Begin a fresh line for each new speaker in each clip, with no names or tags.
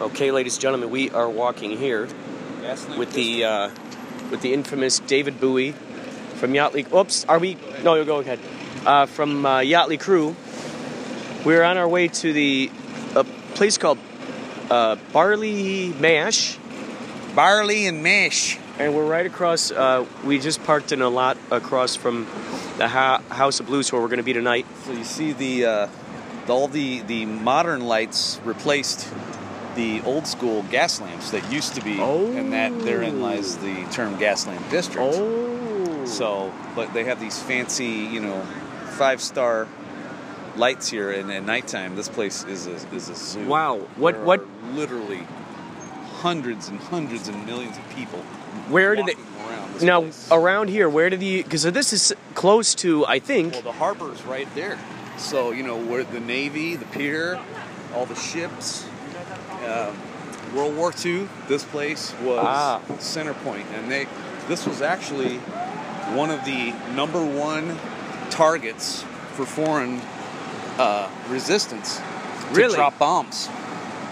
Okay, ladies and gentlemen, we are walking here with the uh, with the infamous David Bowie from Yacht League. Oops, are we? No, you go ahead. Uh, from uh, Yachtly Crew, we're on our way to the a place called uh, Barley Mash,
barley and mash.
and we're right across. Uh, we just parked in a lot across from the ha- House of Blues, where we're going to be tonight.
So you see the, uh, the all the the modern lights replaced the old school gas lamps that used to be, and that therein lies the term gas lamp district.
Oh,
So, but they have these fancy, you know, five star lights here, and at nighttime, this place is a is a zoo.
Wow. What-
There
what-
are literally hundreds and hundreds and millions of people.
where did it?
walking Around this
Now
place.
around here, where did the? Because this is close to, I think.
Well, the harbor's right there. So, you know, where the Navy, the pier, all the ships. Um, World War II, this place was
Ah.
center point, and they this was actually one of the number one targets for foreign uh, resistance to
Really?
drop bombs.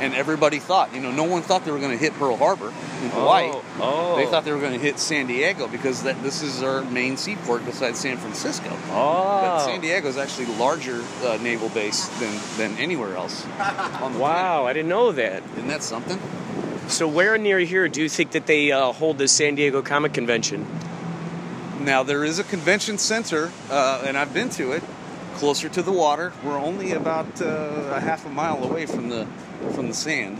And everybody thought, you know, no one thought they were going to hit Pearl Harbor in Hawaii.
Oh, oh.
They thought they were going to hit San Diego because that, this is our main seaport besides San Francisco.
Oh.
But San Diego is actually larger uh, naval base than, than anywhere else on the planet.
Wow, I didn't know that.
Isn't that something?
So, where near here do you think that they uh, hold the San Diego Comic Convention?
Now there is a convention center, uh, and I've been to it, closer to the water. We're only about uh, a half a mile away from the from the sand,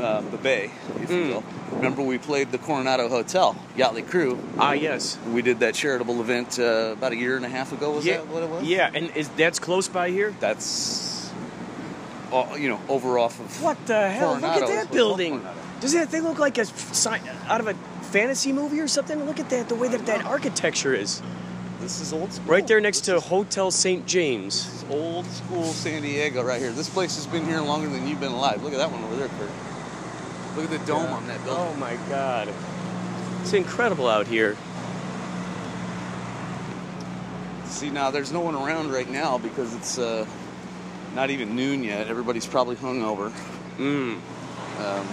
uh, the bay, if
Hmm.
you will. Remember, we played the Coronado Hotel, Yachtly Crew.
Ah, yes.
We did that charitable event uh, about a year and a half ago. Was that what it was?
Yeah, and is that's close by here?
That's, uh, you know, over off of
What the hell?
Coronado
Look
is
at
what-
that building.
Coronado.
Does that thing look like a f- sign out of a fantasy movie or something? Look at that, the way that that architecture is.
This is old school.
Right there next
This
to
is-
Hotel St. James.
This is old school San Diego right here. This place has been here longer than you've been alive. Look at that one over there, Kurt. Look at the dome on that building.
Oh my god. It's incredible out here.
See now, there's no one around right now because it's uh, not even noon yet. Everybody's probably hungover,
Mm.
um,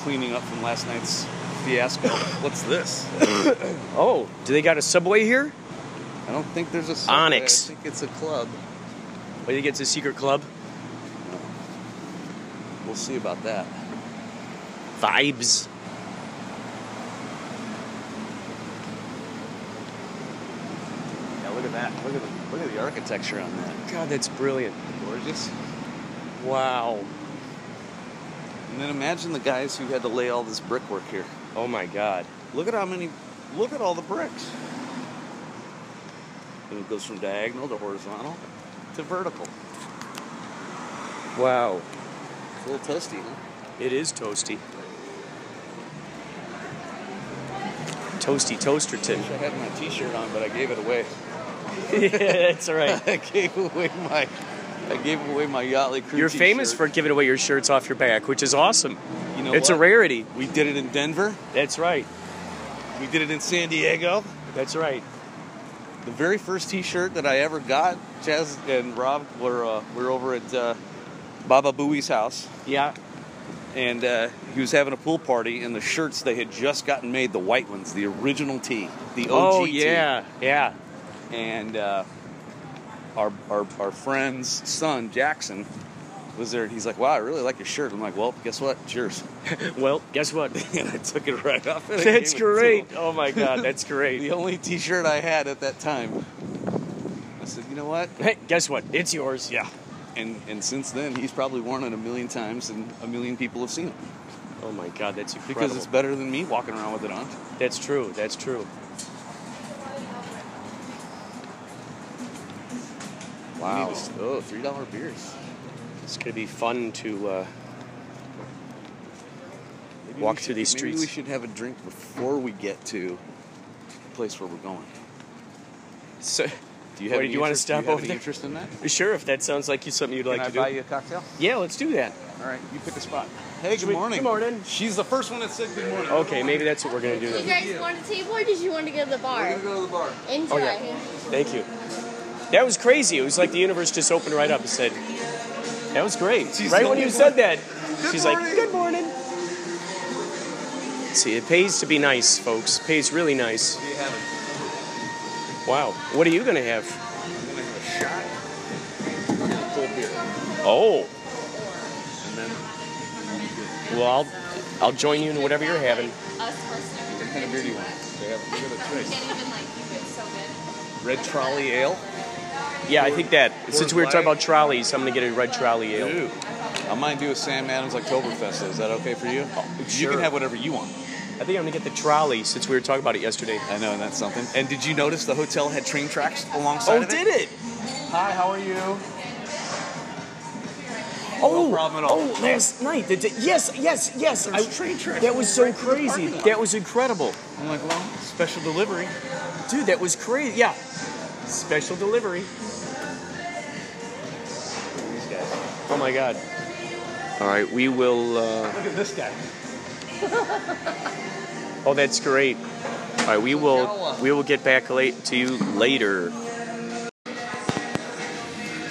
cleaning up from last night's fiasco. What's this?
Oh, do they got a subway here?
I don't think there's a subway.
Onyx.
I think it's a club.
Or they get to a secret club?
We'll see about that.
Vibes.
Yeah, look at that. Look at the look at the architecture on that.
God, that's brilliant.
Gorgeous.
Wow.
And then imagine the guys who had to lay all this brickwork here.
Oh my god.
Look at how many. Look at all the bricks. And it goes from diagonal to horizontal to vertical.
Wow.
It's a little toasty, huh?
It is toasty. Toasty Toasterton.
I had my T-shirt on, but I gave it away.
yeah, that's all right.
I gave away my. I gave away my Yachtly crew.
You're famous for
t-shirt.
giving away your shirts off your back, which is awesome.
You know
it's a
what?
rarity.
We did it in Denver.
That's right.
We did it in San Diego.
That's right.
The very first T-shirt that I ever got, Jazz and Rob were uh, were over at uh, Baba Booey's house.
Yeah.
and uh, he was having a pool party, and the shirts they had just gotten made, the white ones, the original tee, the OG
oh
tee.
yeah, yeah.
And uh, our, our our friend's son Jackson was there, and he's like, "Wow, I really like your shirt." I'm like, "Well, guess what? It's yours."
Well, guess what?
and I took it right off. and I gave
that's
it to
great.
him.
Oh my god, that's
The
great.
only T-shirt I had at that time. I said, "You know what?"
Hey, guess what? It's yours.
Yeah. And and since then, he's probably worn it a million times, and a million people have seen it
Oh my god, that's incredible.
because it's better than me walking around with it on.
That's true. That's true.
Wow.
Wow.
oh, three dollar beers.
It's gonna be fun to. Uh,
Maybe
Walk
we
through
should-
these
maybe we
streets.
should have a drink before we get to the place where we're going.
so,
Do you have?
Wait,
any
do you wanna
interest-
stop
do you have
over
any
there?
interest in that?
sure, if that sounds like you something you'd like
Can I
to
buy
do.
you a cocktail?
Yeah, let's do that.
All right, you pick a spot. Hey,
Should
good
we-
morning.
good morning.
She's the first one that said good morning.
Okay, maybe that's what we're gonna do
Do you
then.
guys want a table or did you want to go to the
We're
bar?
gonna go to the bar.
Enjoy.
Oh, yeah. Thank you. That was crazy. It was like the universe just opened right up and said, That was great.
She's
right
the
when you
only
said that,
Good
she's
morning.
like, "Good morning." See, it pays to be nice, folks. It pays really nice.
Do you have it?
Wow. What are you gonna have?
I'm gonna have a shot and a cold beer,
Oh.
and then
Well, I'll, I'll join you in whatever you're having.
Us personally.
what kind of beer do you want? They have a good choice.
Can't even like you get so good.
Red Trolley Ale.
Yeah, I think that since we were talking
black.
about trolleys, I'm gonna get a red trolley ale.
Ooh. I might do a Sam Adams Oktoberfest. Is that okay for you? You
sure.
can have whatever you want.
I think I'm gonna get the trolley since we were talking about it yesterday.
I know that's something. And did you notice the hotel had train tracks alongside
Oh,
of it?
did it?
Hi, how are you?
Oh,
problem at all.
oh, last night. The di- yes, yes, yes. I,
There's train tracks
that was so
right through the
crazy.
parking lot.
That was incredible,
I'm like, well, special delivery.
dude. That was crazy. Yeah. Special delivery.
These guys.
Oh my god. All right, we will. Uh,
Look at this guy.
oh, that's great. All right, we will. We will get back late to you later.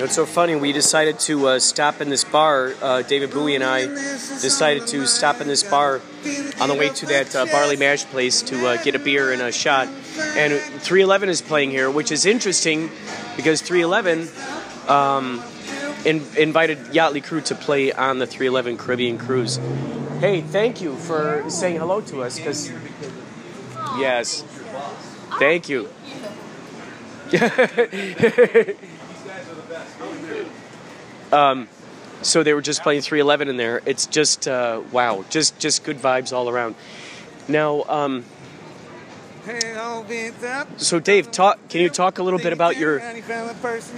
It's so funny. We decided to uh, stop in this bar. Uh, David Bowie and I decided to stop in this bar on the way to that uh, barley mash place to uh, get a beer and a shot. And 311 is playing here, which is interesting because 311 um, in- invited Yachtly Crew to play on the 311 Caribbean cruise. Hey, thank you for saying hello to us. Cause yes, thank you. Um, so they were just playing 311 in there. It's just uh, wow, just just good vibes all around. Now, um,
Hey, I'll be that.
so Dave, talk. Can you talk a little bit about your?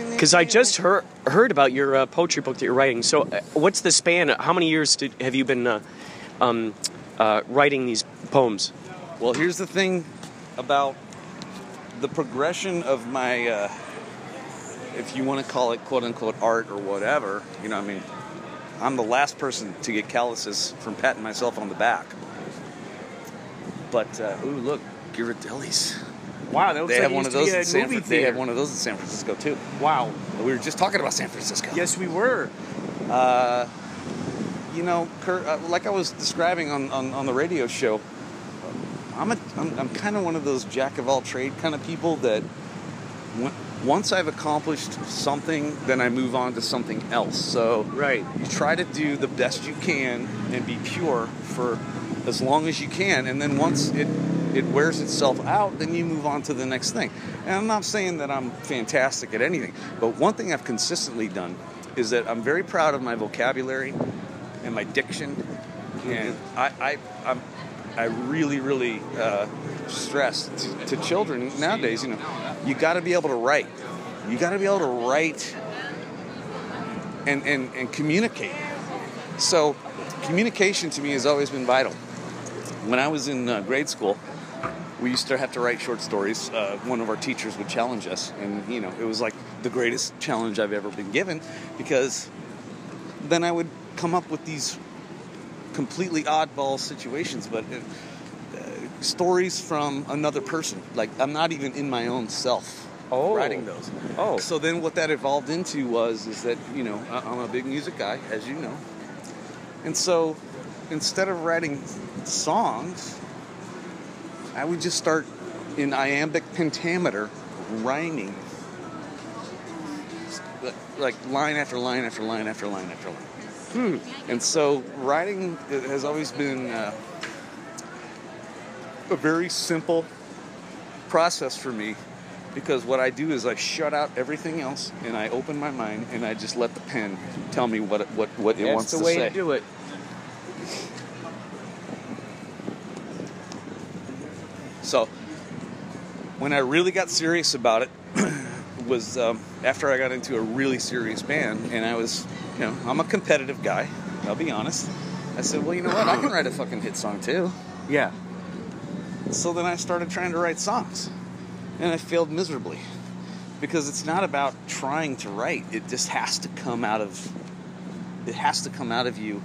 Because I just heard heard about your uh, poetry book that you're writing. So, uh, what's the span? How many years did, have you been uh, um, uh, writing these poems?
Well, here's the thing about the progression of my, uh, if you want to call it quote unquote art or whatever, you know, I mean, I'm the last person to get calluses from patting myself on the back. But, uh, ooh, look, Ghirardelli's.
Wow, that
They have one of those in San Francisco. They have one of those in San Francisco too.
Wow.
We were just talking about San Francisco.
Yes, we were.
Uh, you know, Kurt, uh, like I was describing on, on, on the radio show, I'm, a, I'm, I'm kind of one of those jack of all trade kind of people that w- once I've accomplished something, then I move on to something else. So
Right.
you try to do the best you can and be pure for as long as you can and then once it it wears itself out then you move on to the next thing and i'm not saying that i'm fantastic at anything but one thing i've consistently done is that i'm very proud of my vocabulary and my diction and i i I'm, i really really uh, stress to, to children nowadays you know you got to be able to write you got to be able to write and, and, and communicate. So, communication to me has always been vital. When I was in uh, grade school, we used to have to write short stories. Uh, one of our teachers would challenge us, and you know, it was like the greatest challenge I've ever been given because then I would come up with these completely oddball situations, but it, uh, stories from another person. Like, I'm not even in my own self
Oh.
writing those.
Oh.
So then what that evolved into was is that, you know, I- I'm a big music guy, as you know. And so instead of writing songs, I would just start in iambic pentameter rhyming. Like- Like line after line after line after line after line. And so writing has always been uh, a very simple process for me because what I do is I shut out everything else and I open my mind and I just let the pen tell me what it, what, what it
That's
wants
the
to
way
say.
to do it.
So when I really got serious about it was um, after I got into a really serious band, and I was, you know, I'm a competitive guy. I'll be honest. I said, well, you know what? I can write a fucking hit song too.
Yeah.
So then I started trying to write songs, and I failed miserably because it's not about trying to write. It just has to come out of it has to come out of you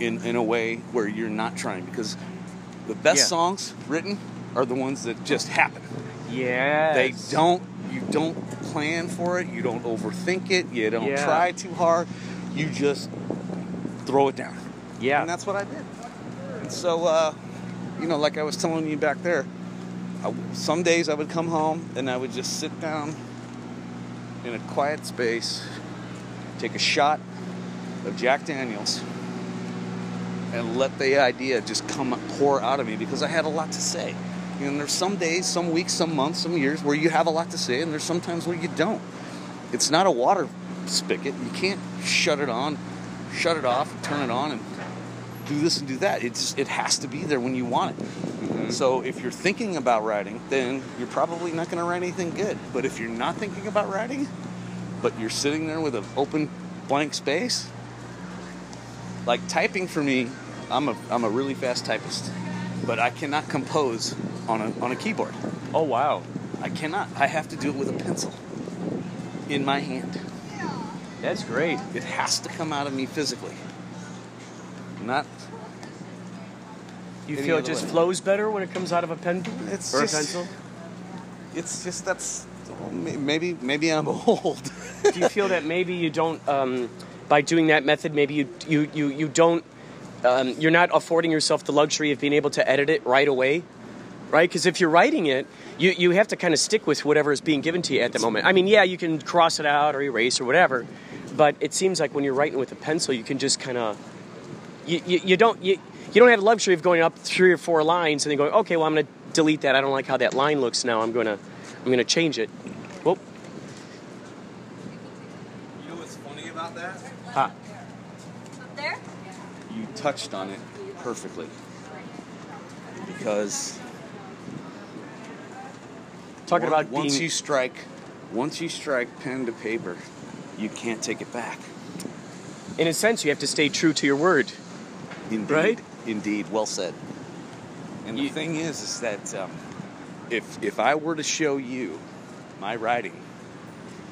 in in a way where you're not trying because the best
Yeah.
songs written are the ones that just happen.
Yeah.
They don't. You don't plan for it. You don't overthink it. You don't
Yeah.
try too hard. you just throw it down.
Yeah.
And that's what I did. And so, uh, you know, like I was telling you back there, I, some days I would come home and I would just sit down in a quiet space, take a shot of Jack Daniels, and let the idea just come pour out of me because I had a lot to say. And there's some days, some weeks, some months, some years where you have a lot to say, and there's sometimes where you don't. It's not a water spigot. You can't shut it on, shut it off, turn it on, and do this and do that. It just it has to be there when you want it. So if you're thinking about writing, then you're probably not going to write anything good. But if you're not thinking about writing, but you're sitting there with an open blank space, like typing for me, I'm a I'm a really fast typist, but I cannot compose on a on a keyboard.
Oh wow.
I cannot. I have to do it with a pencil in my hand.
That's great.
It has to come out of me physically. Not
You
Any
feel it
other
just
way.
flows better when it comes out of a pen
It's
or
just-
a pencil?
it's just that's maybe maybe I'm old.
Do you feel that maybe you don't, um, by doing that method, maybe you you you, you don't, um, you're not affording yourself the luxury of being able to edit it right away, right? Because if you're writing it, you you have to kind of stick with whatever is being given to you at the moment. I mean, yeah, you can cross it out or erase or whatever, but it seems like when you're writing with a pencil, you can just kind of, you, you you don't you. You don't have the luxury of going up three or four lines and then going, okay, well, I'm going to delete that. I don't like how that line looks now. I'm going to, I'm going to change it. Whoop.
You know what's funny about that?
Ah.
You touched on it perfectly. Because
Talking
on-
about
once
being,
you strike, once you strike pen to paper, you can't take it back.
in a sense, you have to stay true to your word.
Indeed.
Right?
Indeed. Well said. And the
You-
thing is, is that um, if if I were to show you my writing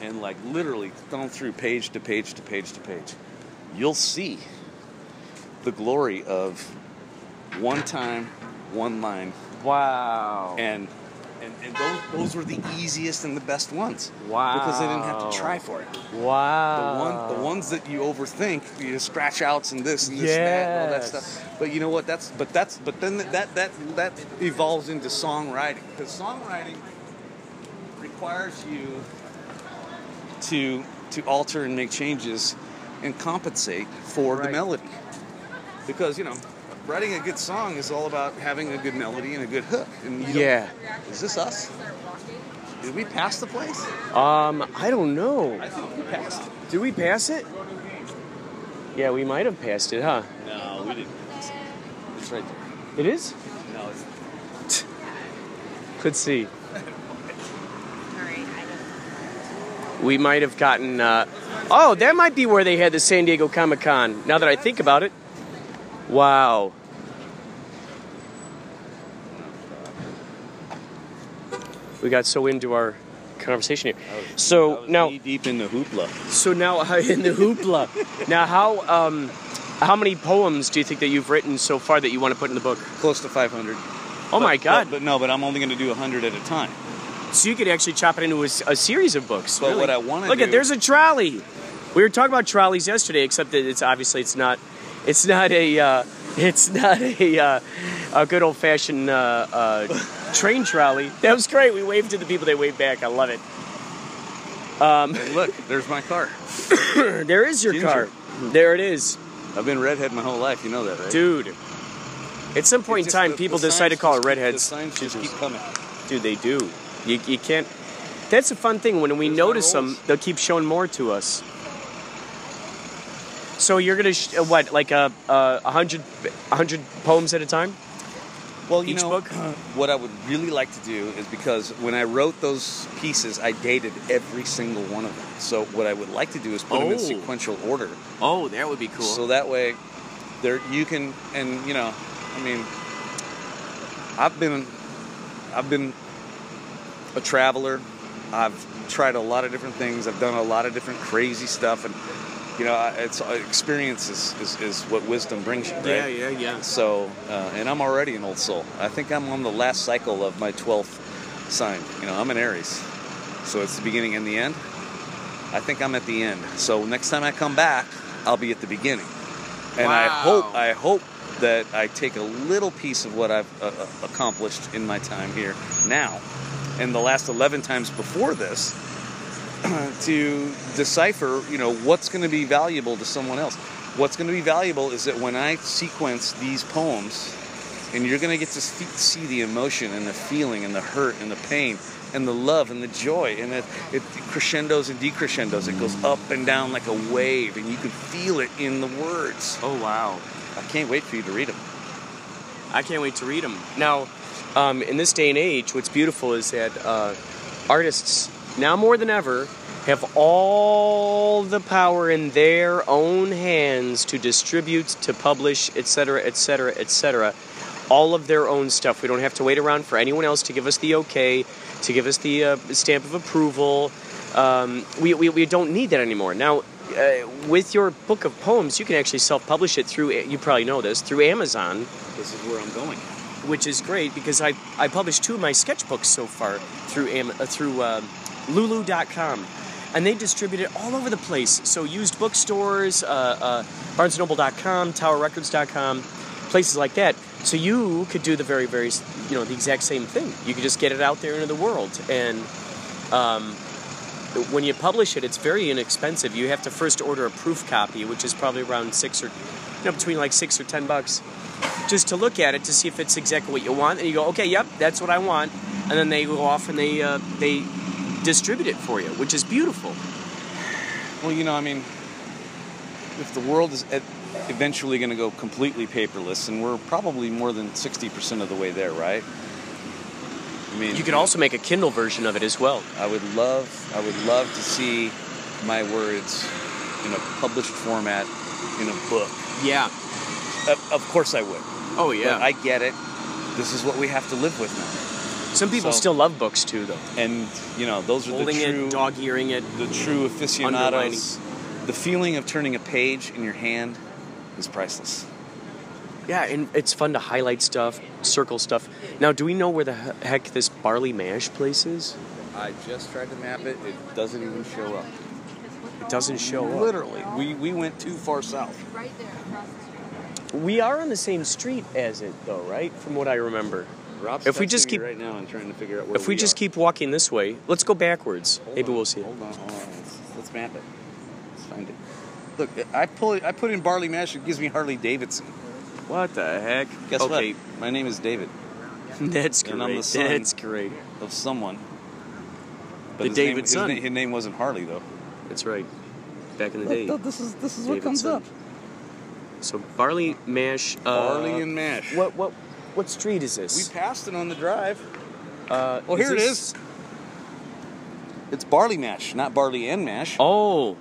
and like literally thumb through page to page to page to page, you'll see the glory of one time, one line,
Wow.
and and, and those those were the easiest and the best ones. Because I didn't have
Wow.
to try for it. The,
wow.
one, the ones that you overthink, you just scratch outs and this and this and that and all that
Yes.
stuff. But you know what? That's but that's but then that that that evolves into songwriting because songwriting requires you to to alter and make changes and compensate for the
Right.
melody because you know writing a good song is all about having a good melody and a good hook. And you don't-
Yeah.
is this us? Did we pass the place?
Um, I don't know.
I think we passed.
Did we pass it? Yeah, we might have passed it, huh?
No, we didn't. It's right there.
It is?
No, it's
Let's see.
Alright, I don't.
We might have gotten. Uh, oh, that might be where they had the San Diego Comic Con, now that I think about it. Wow. We got so into our conversation here. So now.
deep in the hoopla.
So now uh, in the hoopla. now how um, how many poems do you think that you've written so far that you want to put in the book?
Close to 500.
Oh my God!
But, but no, but I'm only going to do 100 at a time.
so you could actually chop it into a, s- a series of books.
But
really.
what I wanna
look
do-
at there's a trolley. We were talking about trolleys yesterday, except that it's obviously it's not it's not a uh, it's not a uh, a good old fashioned uh, uh, train trolley. That was great. We waved to the people. They waved back. I love it.
And look, there's my car.
There is your
Ginger.
car. There it is,
I've been redhead my whole life. You know that, right?
dude. At some point
It's just
in time,
the-
people
the
decide to
signs
call
just
it
keep-
redheads.
The signs just keep coming.
Dude, they do. You, you can't. That's a fun thing. When we
There's no
notice them,
rules.
they'll keep showing more to us. So you're gonna sh- uh, what, like a uh, a hundred a hundred poems at a time?
Well, you
Each
know,
book?
what I would really like to do is because when I wrote those pieces, I dated every single one of them. So what I would like to do is put them in
Oh.
sequential order.
Oh, that would be cool.
So that way, there you can, and you know, I mean, I've been, I've been a traveler. I've tried a lot of different things. I've done a lot of different crazy stuff, and you know, I- it's experience is, is, is what wisdom brings you, right?
yeah, yeah, yeah.
So, uh, and I'm already an old soul. I think I'm on the last cycle of my 12th sign. You know, I'm an Aries, so it's the beginning and the end. I think I'm at the end. So next time I come back, I'll be at the beginning. And I
Wow.
hope I hope that I take a little piece of what I've uh, uh, accomplished in my time here now, and the last 11 times before this, to decipher, you know, what's going to be valuable to someone else. What's going to be valuable is that when I sequence these poems, and you're going to get to see, see the emotion and the feeling and the hurt and the pain and the love and the joy and it, it crescendos and decrescendos. It goes up and down like a wave, and you can feel it in the words.
Oh wow.
I can't wait for you to read them.
I can't wait to read them. Now, um, in this day and age, what's beautiful is that uh, artists, now more than ever, have all the power in their own hands to distribute, to publish, etc., etc., etc. All of their own stuff. We don't have to wait around for anyone else to give us the okay, to give us the uh, stamp of approval. Um, we, we, we don't need that anymore. Now, uh, with your book of poems, you can actually self publish it through, you probably know this, through Amazon
This is where I'm going.
which is great because I, I published two of my sketchbooks so far through Am, uh, through um, Lulu.com, and they distribute it all over the place. So used bookstores, uh, uh, BarnesandNoble.com, TowerRecords.com, places like that. So you could do the very very s- you know the exact same thing. You could just get it out there into the world and. Um, when you publish it, it's very inexpensive. You have to first order a proof copy, which is probably around six or, you know, between like six or ten bucks just to look at it to see if it's exactly what you want, and you go, okay, yep, that's what I want, and then they go off and they uh, they distribute it for you, which is beautiful.
Well, you know, I mean, if the world is ev- eventually going to go completely paperless, and we're probably more than 60% of the way there, right? I mean,
You could also make a Kindle version of it as well.
I would love, I would love to see my words in a published format in a book.
Yeah.
Of, of course, I would.
Oh
But I get it. This is what we have to live with now.
Some people
so-
still love books too, though.
And you know, those are
Holding
the true
it, dog earing it.
the true aficionados. The feeling of turning a page in your hand is priceless.
Yeah, and it's fun to highlight stuff, circle stuff. Now, do we know where the he- heck this barley mash place is?
I just tried to map it. It doesn't even show up.
It doesn't show up.
Literally, we we went too far south.
Right there across the street.
We are on the same street as it, though, right? From what I remember.
Rob's
If we
texting
just
me
keep-
right now and trying to figure out where
If we just
are.
keep walking this way, let's go backwards.
Hold
Maybe
on,
we'll see it.
Hold on, hold on. Let's, let's map it. Let's find it. Look, I pull it, I put in barley mash. It gives me Harley Davidson.
What the heck?
Guess
okay,
what? My name is David
that's great.
And I'm the son.
That's great.
of someone.
The
his
David
name,
son.
His, na- his name wasn't Harley though.
That's right. Back in the day.
Look, this is this is what
David
comes
son.
up.
So barley mash. Uh,
Barley and mash.
What what what street is
We
this?
passed it on the drive.
Uh,
Oh, here it
this-
is. It's barley mash, not barley and mash.
Oh.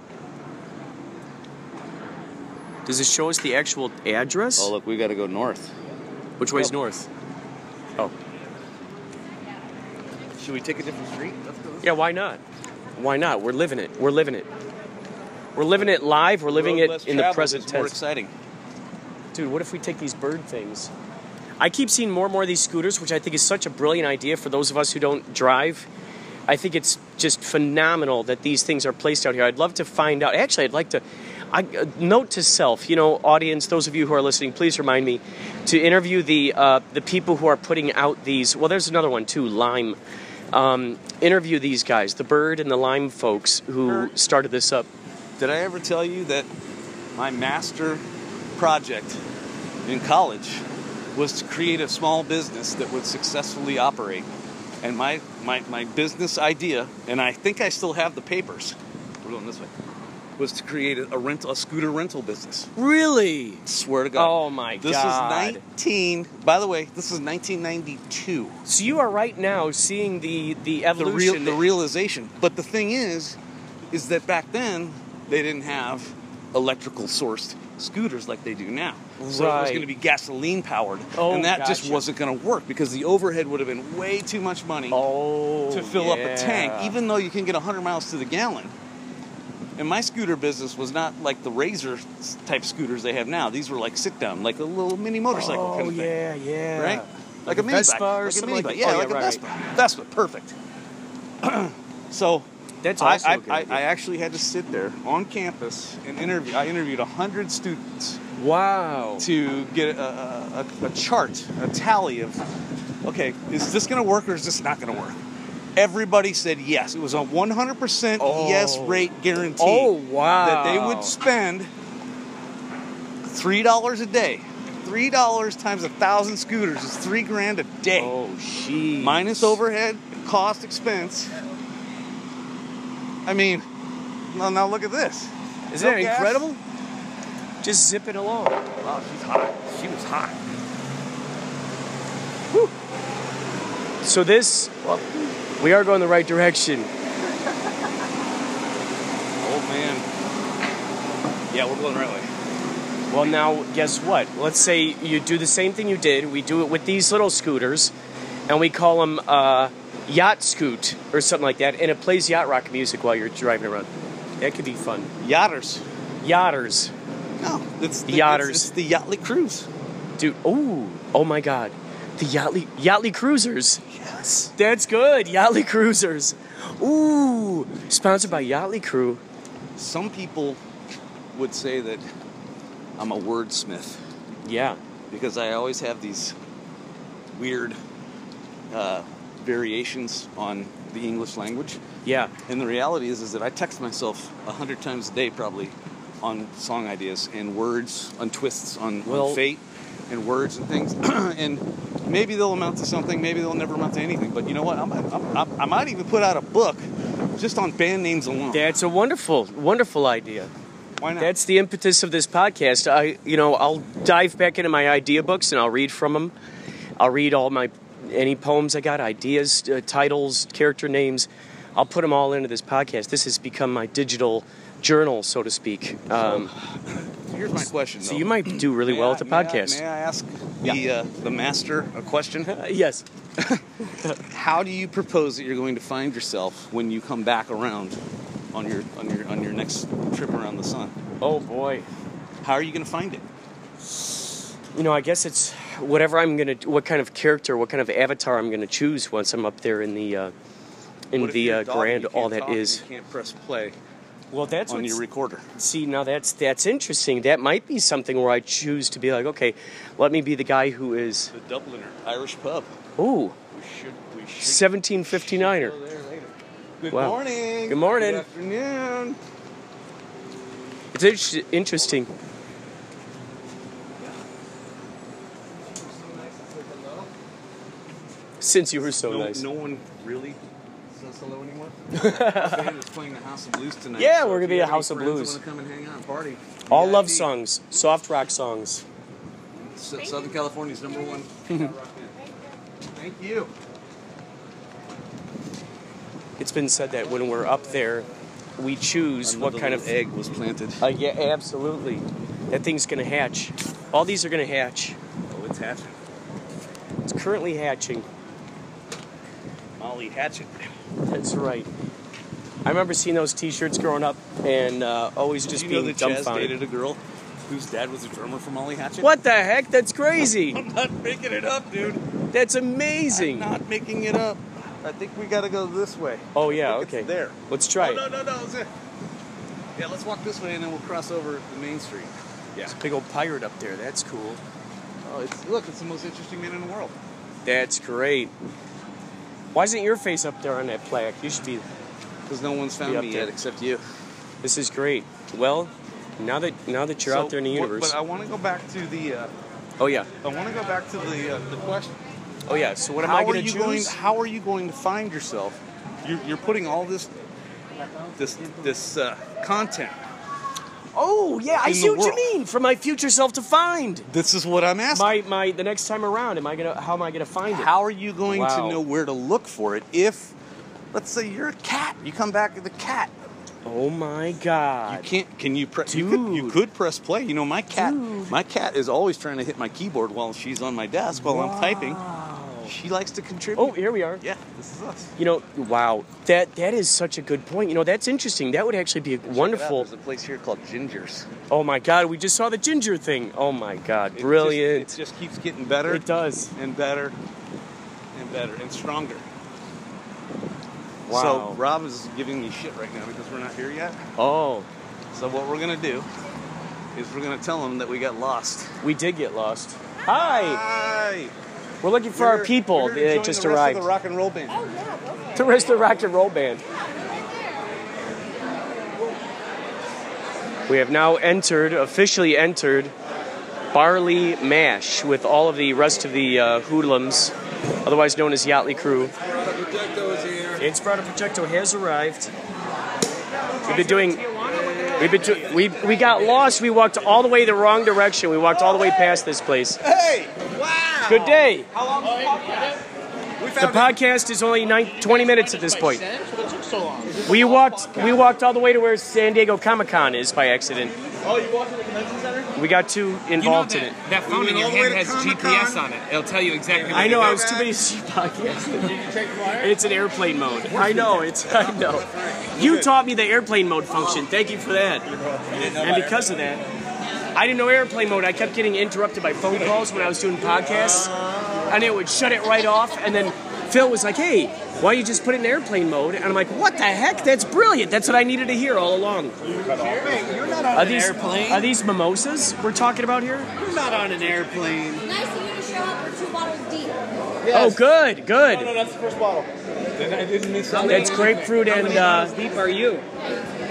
Does it show us the actual address?
Oh, look, we got to go north.
Which way is
no.
north? Oh.
Should we take a different street? Let's go.
Yeah, why not? Why not? We're living it. We're living it. We're living it live. We're living
Road
it
less
in the
traveled
present
is More
tense.
exciting.
Dude, what if we take these bird things? I keep seeing more and more of these scooters, which I think is such a brilliant idea for those of us who don't drive. I think it's just phenomenal that these things are placed out here. I'd love to find out. Actually, I'd like to. I, uh, note to self, you know, audience, those of you who are listening, please remind me to interview the uh, the people who are putting out these. Well, there's another one too, Lime. Um, interview these guys, the Bird and the Lime folks who
Bird.
started this up.
Did I ever tell you that my master project in college was to create a small business that would successfully operate? And my, my, my business idea, and I think I still have the papers, we're going this way, was to create a, a, rental, a scooter rental business.
Really?
Swear to God.
Oh, my
this
God.
This is 19, by the way, this is 1992.
So you are right now seeing the the
the real
evolution.
the realization. But the thing is, is that back then they didn't have electrical sourced scooters like they do now. So it was
Right.
going to be gasoline powered,
Oh,
and that just
gotcha.
wasn't going to work because the overhead would have been way too much money
oh,
to fill up a tank,
yeah.
even though you can get 100 miles to the gallon. And my scooter business was not like the Razor s- type scooters they have now. These were like sit down, like a little mini motorcycle
oh
kind of thing
yeah, yeah,
right? Like, a, mini
Vespa
bike,
or
like a
something Oh,
mini
like
bike.
that.
Yeah,
Oh,
like
yeah,
a
right.
Vespa. Vespa, perfect. so
That's
I,
also
I,
a good
I,
idea.
I actually had to sit there on campus and interview. I interviewed 100 students
Wow.
to get a, a, a- a chart, a tally of, okay, is this going to work or is this not going to work? Everybody said yes. It was a 100% yes
Oh.
rate guarantee
Oh wow.
that they would spend $3 a day. $3 times a thousand scooters is three grand a day
Oh she.
minus overhead cost expense. I mean, now, now look at this.
Isn't
No
that
gas?
incredible? Just zipping along.
Wow, she's hot. She was hot.
So this, well, we are going the right direction.
Oh man. Yeah, we're going the right way.
Well, now guess what? Let's say you do the same thing you did. We do it with these little scooters, and we call them uh, yacht scoot or something like that, and it plays yacht rock music while you're driving around. That could be fun.
Yachters.
Yachters,
No, it's the
Yachters.
It's, it's the Yachtly Cruise.
dude. Oh, oh my God, the yachtly yachtly cruisers.
Yes.
That's good. Yachtly cruisers. Ooh, sponsored by Yachtly Crew.
Some people would say that I'm a wordsmith
Yeah.
because I always have these weird uh, variations on the English language.
Yeah.
And the reality is, is that I text myself a hundred times a day, probably, on song ideas and words, on twists, on,
Well-
on fate, and words and things. and maybe they'll amount to something. Maybe they'll never amount to anything. But you know what? I might, I, I, I might even put out a book just on band names alone.
That's a wonderful, wonderful idea.
Why not?
That's the impetus of this podcast. I, you know, I'll dive back into my idea books and I'll read from them. I'll read all my any poems I got, ideas, uh, titles, character names. I'll put them all into this podcast. This has become my digital journal, so to speak. Um,
Here's my question.
so
though.
you might do really
May
well
I-
with the
may I-
podcast.
May I, ask the uh, the master a question?
Uh, yes.
How do you propose that you're going to find yourself when you come back around on your on your on your next trip around the sun?
Oh boy.
How are you going to find it?
You know, I guess it's whatever I'm gonna, what kind of character, what kind of avatar I'm gonna choose once I'm up there in the, uh, in
What if
the
you're
uh,
a dog and
grand.
you
All
can't
that
talk and
is.
You can't press play
Well, that's
on
what's-
your recorder.
See, now that's that's interesting. That might be something where I choose to be like, okay, let me be the guy who is
The Dubliner Irish pub.
ooh,
We should. We should.
1759er.
go there later. Good
Wow.
morning.
Good morning.
Good afternoon.
It's inter- interesting. Since you were so
no,
nice.
no one really says hello anymore. Our band is playing the House of Blues tonight.
Yeah,
so
we're
if
gonna be
you
a
have any
House of
friends that
Blues.
wanna come and hang out and party.
All
VIP.
love songs, soft rock songs.
S- Southern California's number one. Thank you.
It's been said that when we're up there, we choose what
Another
kind of
little egg was planted?
Uh, yeah, absolutely. That thing's gonna hatch. All these are gonna hatch.
Oh, it's hatching.
It's currently hatching.
Molly Hatchet.
That's right. I remember seeing those T-shirts growing up, and uh, always just
Did you
being
know that Chaz
dumbfounded.
dated a girl whose dad was a drummer for Molly Hatchet?
What the heck? That's crazy.
I'm not making it up, dude.
That's amazing.
I'm not making it up. I think we gotta go this way.
Oh
I
yeah.
think it's
Okay.
there.
Let's try.
Oh, no,
it.
no, no. It's it. Yeah, let's walk this way and then we'll cross over the main street. Yeah.
There's a big old pirate up there. That's cool.
Oh, it's look. It's the most interesting man in the world.
That's great. Why isn't your face up there on that plaque? You should be.
Because no one's found
Be up
me
there.
yet except you.
This is great. Well, now that now that you're
So,
out there in the
what-
universe.
But I want to go back to the. Uh,
oh yeah.
I want to go back to the uh, the question.
Oh yeah. So what am
how
I gonna
are you
choose?
going? How are you going to find yourself? You're, you're putting all this this this uh, content.
oh yeah. I
in
see
the
what you
world?
mean. For my future self to find.
This is what I'm asking.
My my. The next time around, am I gonna? How am I gonna find it?
How are you going
Wow.
to know where to look for it if, let's say, you're a cat? You come back with a cat.
Oh my
You
god.
can't. Can you press? You could, you
Dude.
could press play. You know, my cat.
Dude.
My cat is always trying to hit my keyboard while she's on my desk while I'm typing.
Wow.
She likes to contribute.
Oh, here we are.
yeah. This is us. Check
You know, wow. That that is such a good point. You know, that's interesting. That would actually be a
it out.
wonderful.
There's a place here called Gingers.
Oh my god, we just saw the ginger thing. Oh my god,
It
brilliant.
Just, it just keeps getting better
it does.
and better and better and stronger. So
Wow.
Rob is giving me shit right now because we're not here yet.
Oh,
So what we're gonna do is we're gonna tell him that we got lost.
we did get lost. Hi.
Hi.
We're looking for our people
We're here to
that
join
just
the rest
arrived.
Of the rock and roll band.
Oh, yeah, go for it.
The rest of the rock and roll band. We have now entered, officially entered, Barley Mash with all of the rest of the uh, hoodlums, otherwise known as Yachtly Crew. Inspirata Projecto has arrived. We've been doing. We've been do, we, we got lost. We walked all the way the wrong direction. We walked all the way past this place.
Hey! Wow!
Good day.
How long was the podcast? We
The
found
podcast is only nine, 20 minutes at this point.
What took so long?
We walked we walked all the way to where San Diego Comic Con is by accident.
Oh, you walked to the convention center?
We got too
You know
involved
that,
in it.
that phone
We
in
went
your
all the way
hand
to
has
Comic-Con.
GPS on it. It'll tell you exactly.
I
where
know
to
I
go.
was too many C podcasts. it's an airplane mode. I know it's I know. You taught me the airplane mode function. Thank you for that. And because of that, I didn't know airplane mode. I kept getting interrupted by phone calls when I was doing podcasts, and it would shut it right off. And then Phil was like, "Hey, why don't you just put it in airplane mode?" And I'm like, "What the heck? That's brilliant. That's what I needed to hear all along."
You're not on
Are
an
these
airplane.
are these mimosas we're talking about here?
You're not on an airplane.
Nice of you to show up. We're two bottles deep.
Oh, good, good.
No, no, that's the first bottle. I didn't miss
That's grapefruit and uh,
deep are you?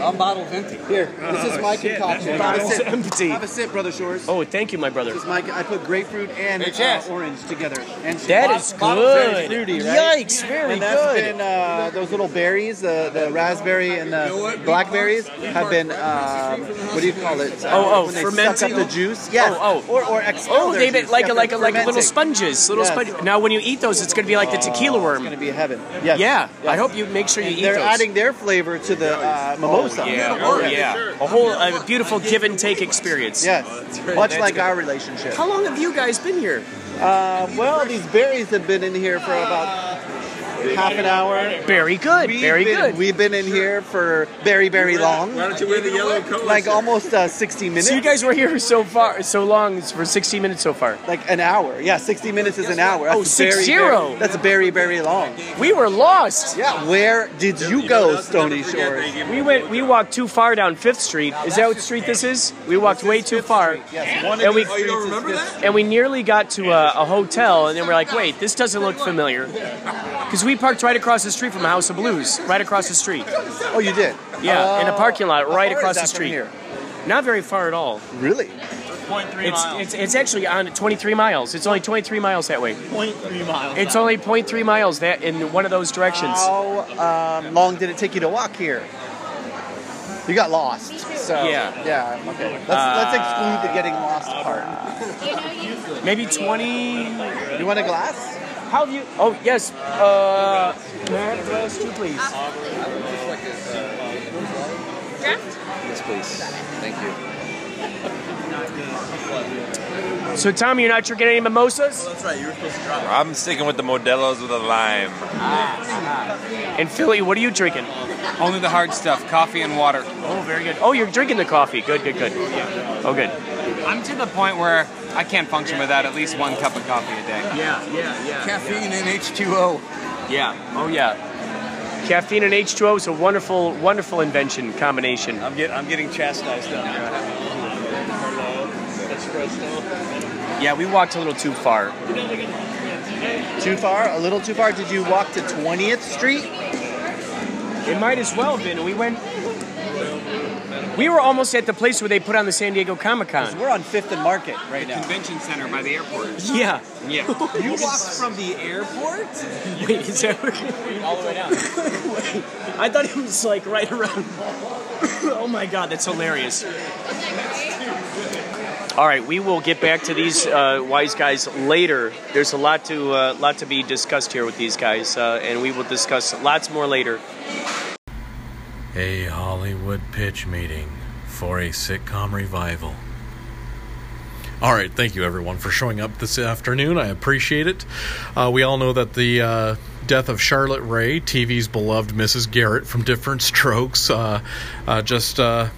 I'm bottle empty.
Here, this is my concoction.
bottles
Have a sip.
empty.
Have a sip, brother Shores.
Oh, thank you, my brother.
This is my, I put grapefruit and uh, orange together. And
That is
bottle's very
good.
fruity, right?
Yikes, very
and that's
good.
been uh, those little berries, the, the raspberry and the blackberries have been uh, what do you call it? Uh,
Oh, oh,
when they suck
fermenting.
up the juice. Yes.
Oh, oh.
Or or expel
Oh,
their
they've been
juice.
like
Yeah,
a, like a,
they're
like a little
fermenting.
sponges, little
Yes.
sponges. Now, when you eat those, it's going to be like the tequila
It's gonna
worm.
be heaven. Yes.
Yeah, I
Yes.
hope you make sure you eat
They're
those.
adding their flavor to the uh, mimosa.
yeah, oh, yeah, a whole a beautiful give and take experience.
Yes. Much
That's
like
good.
our relationship.
How long have you guys been here?
Uh, well, these berries have been in here for about half an hour.
Very good, very
been,
good.
We've been in here for very, very long.
don't you wear the yellow coat?
Like almost uh, 60 minutes.
So you guys were here so far, so long it's for 60 minutes so far.
like an hour. Yeah, 60 minutes is an hour.
Oh,
That's very,
60.
very- That's very, very long.
We were lost.
Yeah, where did you go, Stony Shores?
We went. We walked too far down Fifth Street. Is that what street this is? We walked way too far,
Yes, one
and we
oh, you don't remember that?
and we nearly got to a, a hotel, and then we're like, wait, this doesn't look familiar, because we parked right across the street from House of Blues, right across the street.
Oh, you did?
Yeah, in a parking lot
How
right
far is
across
that
the
from
street.
here?
Not very far at all.
Really?
It's it's, it's actually on 23 miles. It's only 23 miles that way.
Point three miles.
It's only 0.3 miles that in one of those directions.
How um, long did it take you to walk here? You got lost. So
Yeah.
yeah, okay. Let's, let's exclude the getting lost part.
You know, you
Maybe 20.
You want a glass?
How have you? Oh yes. Uh, may I have a glass too, please?
draft.
So, Tom, you're not drinking any mimosas,
I'm sticking with the Modelo's with a lime.
and Philly, what are you drinking?
Only the hard stuff: coffee and water.
Oh, very good. Oh, you're drinking the coffee. Good, good, good. Oh, good.
I'm to the point where I can't function without at least one cup of coffee a day.
Yeah, yeah, yeah.
caffeine and H2O.
Yeah. Oh, yeah. Caffeine and H2O is a wonderful, wonderful invention combination.
I'm, get, I'm getting chastised down here.
Yeah, we walked a little too far.
Too far? A little too far? Did you walk to 20th Street?
It might as well have been. We went. We were almost at the place where they put on the San Diego Comic Con.
We're on 5th and Market right now.
Convention center by the airport.
Yeah.
Yeah.
You walked from the airport?
Wait, is that all the way down? I thought it was like right around. oh my god, that's hilarious! All right, we will get back to these uh, wise guys later. There's a lot to uh, lot to be discussed here with these guys, uh, and we will discuss lots more later.
A Hollywood pitch meeting for a sitcom revival. All right, thank you everyone for showing up this afternoon. I appreciate it. Uh, we all know that the uh, death of Charlotte Ray, TV's beloved Mrs. Garrett from Different Strokes, uh, uh, just uh,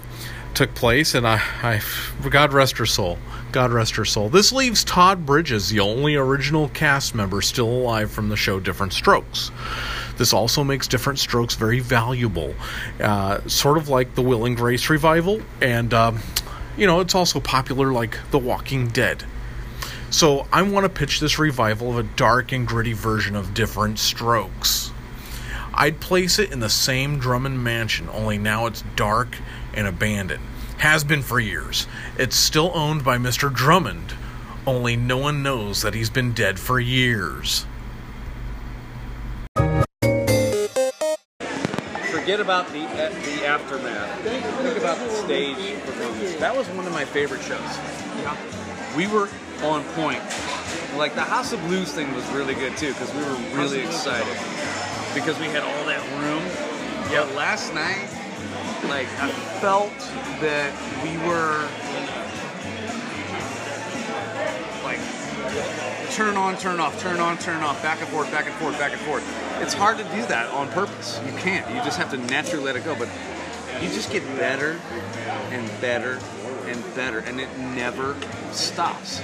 took place, and I, I, God rest her soul. God rest her soul. This leaves Todd Bridges, the only original cast member still alive from the show Different Strokes. This also makes different strokes very valuable, uh, sort of like the Will and Grace revival, and um, you know, it's also popular like The Walking Dead. So I want to pitch this revival of a dark and gritty version of Different Strokes. I'd place it in the same Drummond mansion, only now it's dark and abandoned. Has been for years. It's still owned by Mr. Drummond, only no one knows that he's been dead for years.
Forget about the uh, the aftermath. Think about the stage performance. That was one of my favorite shows. Yeah. We were on point. Like the House of Blues thing was really good too because we were really excited because we had all that room. Yeah. last night, like I felt that we were like turn on, turn off, turn on, turn off, back and forth, back and forth, back and forth. It's hard to do that on purpose. You can't. You just have to naturally let it go. But you just get better and better and better, and it never stops.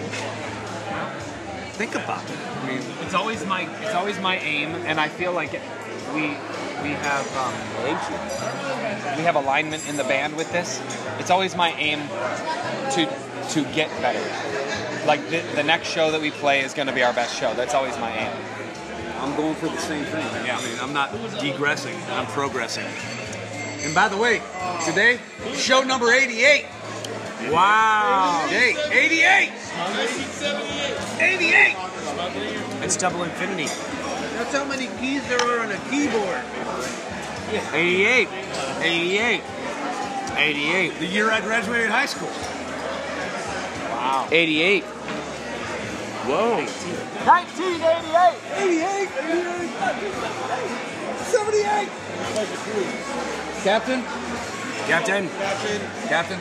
Think about it. I mean,
It's always my it's always my aim, and I feel like we we have um, we have alignment in the band with this. It's always my aim to to get better. Like the, the next show that we play is going to be our best show. That's always my aim.
I'm going for the same thing. man. I mean, I'm not degressing. I'm progressing. And by the way, today show number 88. Wow. Hey, 88. 88.
It's double infinity.
That's how many keys there are on a keyboard.
88. 88. 88. The year I graduated high school.
88. Whoa.
78. Captain? Captain? Captain?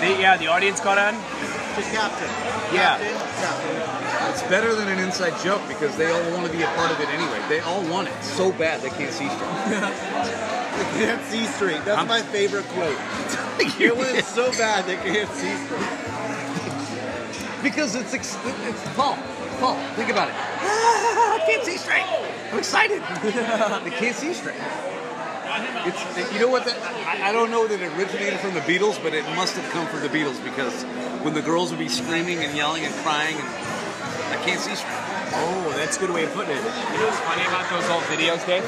They, yeah, the audience got on.
Just captain.
Yeah.
Captain. Captain.
It's better than an inside joke because they all want to be a part of it anyway. They all want it so bad they can't see straight.
Can't see straight. That's my favorite quote. It was so bad they can't see straight.
Because it's, ex- it's Paul. Paul, think about it. I can't see straight. I'm excited. they can't see straight. It's, you know what? That, I, I don't know that it originated from the Beatles, but it must have come from the Beatles because when the girls would be screaming and yelling and crying, and I can't see straight.
Oh, that's a good way of putting it.
You know what's funny about those old videos, Dave,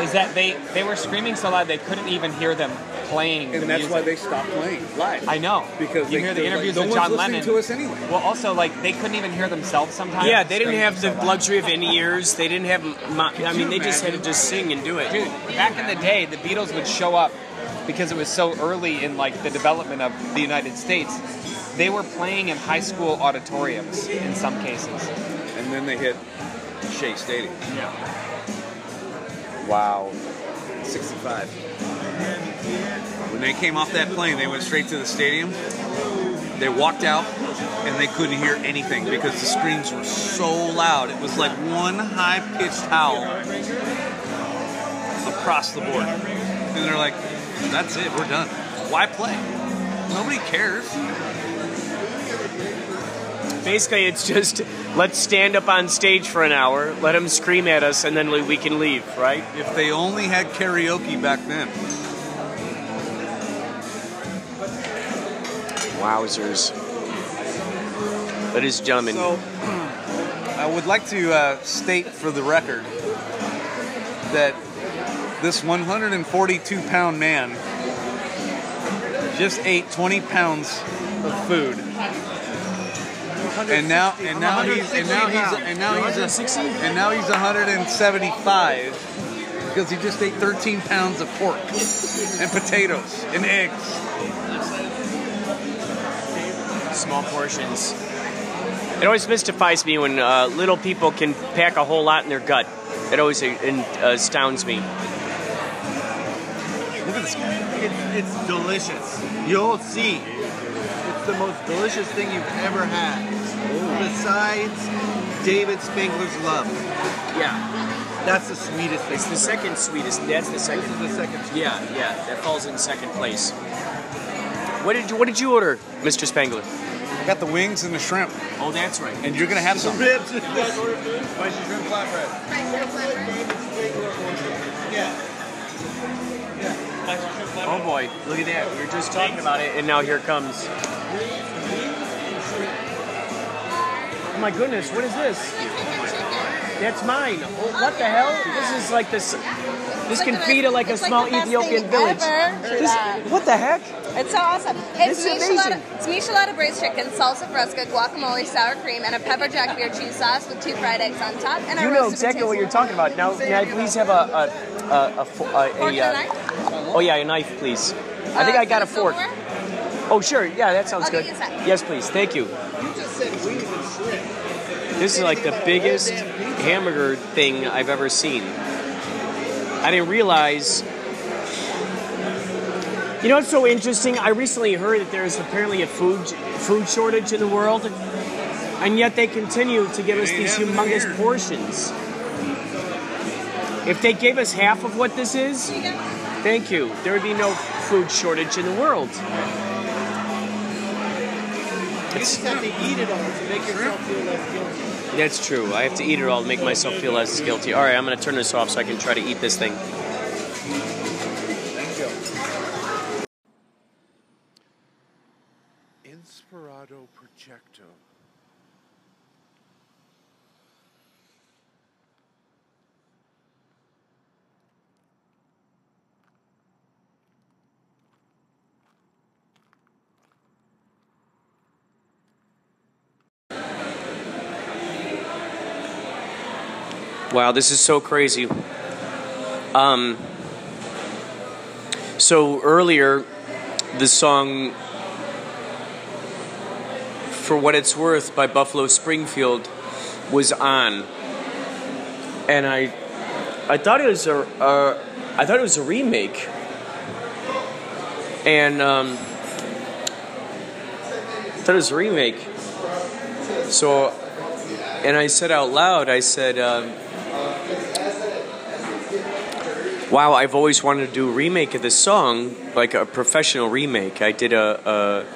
is that they they were screaming so loud they couldn't even hear them playing. the
And that's
music.
why they stopped playing live.
I know
Because
you
they-
hear the
they're like,
interviews
"No
with
one's
John
listening
Lennon.
to us anyway.
Well, also like they couldn't even hear themselves sometimes.
Yeah, they didn't
Screaming
have
so
the
loud.
luxury of any ears. They didn't have. mo- I mean, they just had to just sing and do it.
Dude, back in the day, the Beatles would show up because it was so early in like the development of the United States. They were playing in high school auditoriums in some cases.
And then they hit Shea Stadium.
Wow.
65. When they came off that plane, they went straight to the stadium. They walked out and they couldn't hear anything because the screams were so loud. It was like one high pitched howl across the board. And they're like, that's it, we're done. Why play? Nobody cares.
Basically, it's just let's stand up on stage for an hour, let them scream at us, and then we- we can leave, right?
If they only had karaoke back then.
Wowzers. Ladies and gentlemen,
So, I would like to uh, state for the record that this 142 pound man just ate 20 pounds of food. And now, and now he's, and now he's, and now he's, and now he's 175 because he just ate 13 pounds of pork and potatoes and eggs.
small portions. It always mystifies me when uh, little people can pack a whole lot in their gut. It always uh, in- astounds me.
Look at this guy.
It's, it's delicious. You'll see. It's the most delicious thing you've ever had. Besides David Spangler's love.
Yeah,
That's the sweetest thing.
it's the second sweetest. That's the
This is
second.
the second.
Yeah, yeah, that falls in second place. What did you What did you order, Mr. Spangler?
I got the wings and the shrimp,
Oh, that's right.
and you're gonna have some.
Ribs.
Oh boy, look at that. We were just talking about it, and now here comes. Oh my goodness, what is this? That's mine. Oh, what the hell? This is like this. This can feed a, like a small Ethiopian village. This, what the heck?
It's so awesome.
This
It's
is amazing.
michelada, it's michelada braised chicken, salsa fresca, guacamole, sour cream, and a pepper jack beer cheese sauce with two fried eggs on top. And
You
a
know
roasted
exactly what
potato.
you're talking about. Now, may I please have a a a, a, fo- a,
Fork
a,
and a
uh
knife?
oh yeah, a knife, please. I think
Uh,
I got a
some
fork.
silverware?
Oh sure, yeah, that sounds
Okay,
good.
yes, sir.
Yes, please. Thank you.
You just said wings and shrimp.
This is like the biggest hamburger thing I've ever seen. I didn't realize. You know what's so interesting? I recently heard that there's apparently a food food shortage in the world, and yet they continue to give us
ain't
these
happening
humongous
here.
portions. If they gave us half of what this is, thank you. There would be no food shortage in the world.
You just have to eat it all to make yourself feel less guilty.
That's true. I have to eat it all to make myself feel less guilty. All right, I'm gonna turn this off so I can try to eat this thing.
Inspirado Projecto.
Wow, this is so crazy. Um, so earlier, the song "For What It's Worth" by Buffalo Springfield was on, and I, I thought it was a, a I thought it was a remake, and um, thought it was a remake. So, and I said out loud, I said. Um, Wow, I've always wanted to do a remake of this song, like a professional remake. I did a,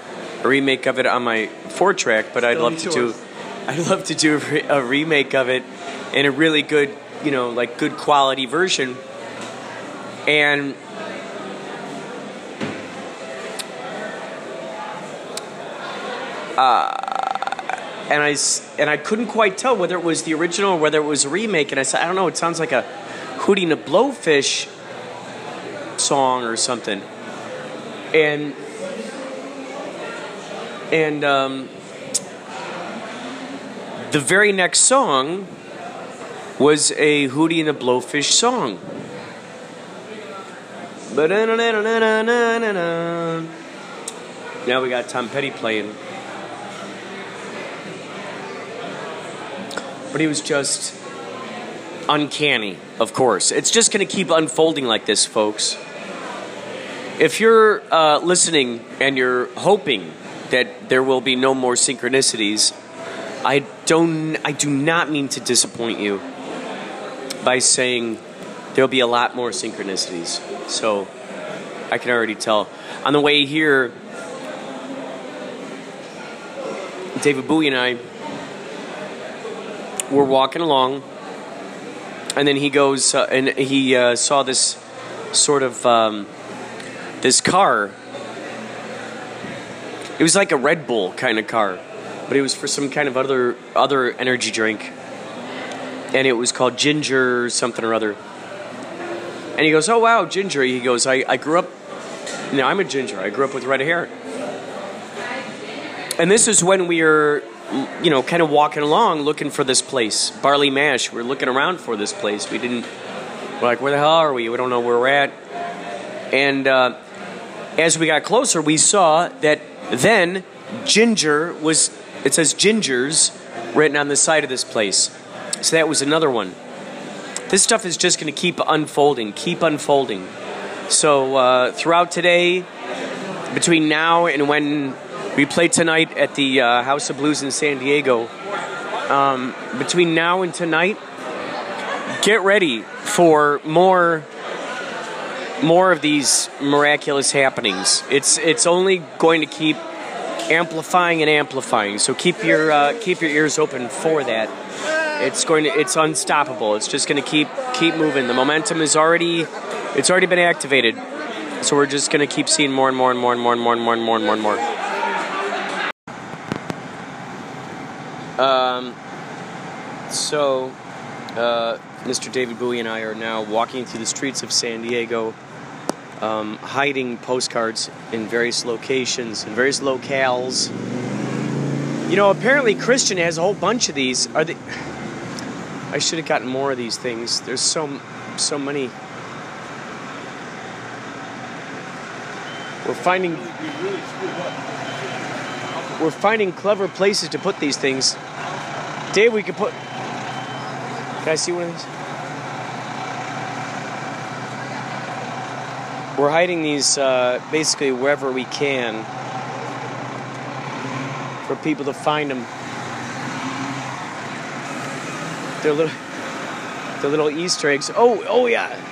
a, a remake of it on my four track, but I'd love to do, I'd love to do a, re- a remake of it in a really good, you know, like good quality version. And uh, and I s- and I couldn't quite tell whether it was the original or whether it was a remake. And I said, I don't know. It sounds like a Hootie and the Blowfish song or something. And and um, the very next song was a Hootie and the Blowfish song. Ba-da-da-da-da-da-da-da-da. Now we got Tom Petty playing. but he was just uncanny, of course. It's just going to keep unfolding like this, folks. If you're uh, listening and you're hoping that there will be no more synchronicities, I don't. I do not mean to disappoint you by saying there'll be a lot more synchronicities. So I can already tell. On the way here, David Bowie and I we're walking along, and then he goes uh, and he uh, saw this sort of um, this car. It was like a Red Bull kind of car, but it was for some kind of other other energy drink, and it was called Ginger something or other. And he goes, "Oh wow, Ginger!" He goes, "I I grew up. Now I'm a ginger. I grew up with red hair." And this is when we are you know, kind of walking along looking for this place, Barley Mash. We're looking around for this place. We didn't, we're like, where the hell are we? We don't know where we're at. And uh, as we got closer, we saw that then Ginger was, it says Gingers written on the side of this place. So that was another one. This stuff is just going to keep unfolding, keep unfolding. So uh, throughout today, between now and when we play tonight at the uh, House of Blues in San Diego. Um, between now and tonight, get ready for more more of these miraculous happenings. It's it's only going to keep amplifying and amplifying. So keep your uh, keep your ears open for that. It's going to it's unstoppable. It's just going to keep keep moving. The momentum is already it's already been activated. So we're just going to keep seeing more and more and more and more and more and more and more and more and more. Um, so uh, Mr. David Bowie and I are now walking through the streets of San Diego um, hiding postcards in various locations, in various locales. You know, apparently Christian has a whole bunch of these. Are they? I should have gotten more of these things. There's so so many. We're finding we're finding clever places to put these things. Dave, we could put. Can I see one of these? We're hiding these uh, basically wherever we can for people to find them. They're little, they're little Easter eggs. Oh, oh yeah.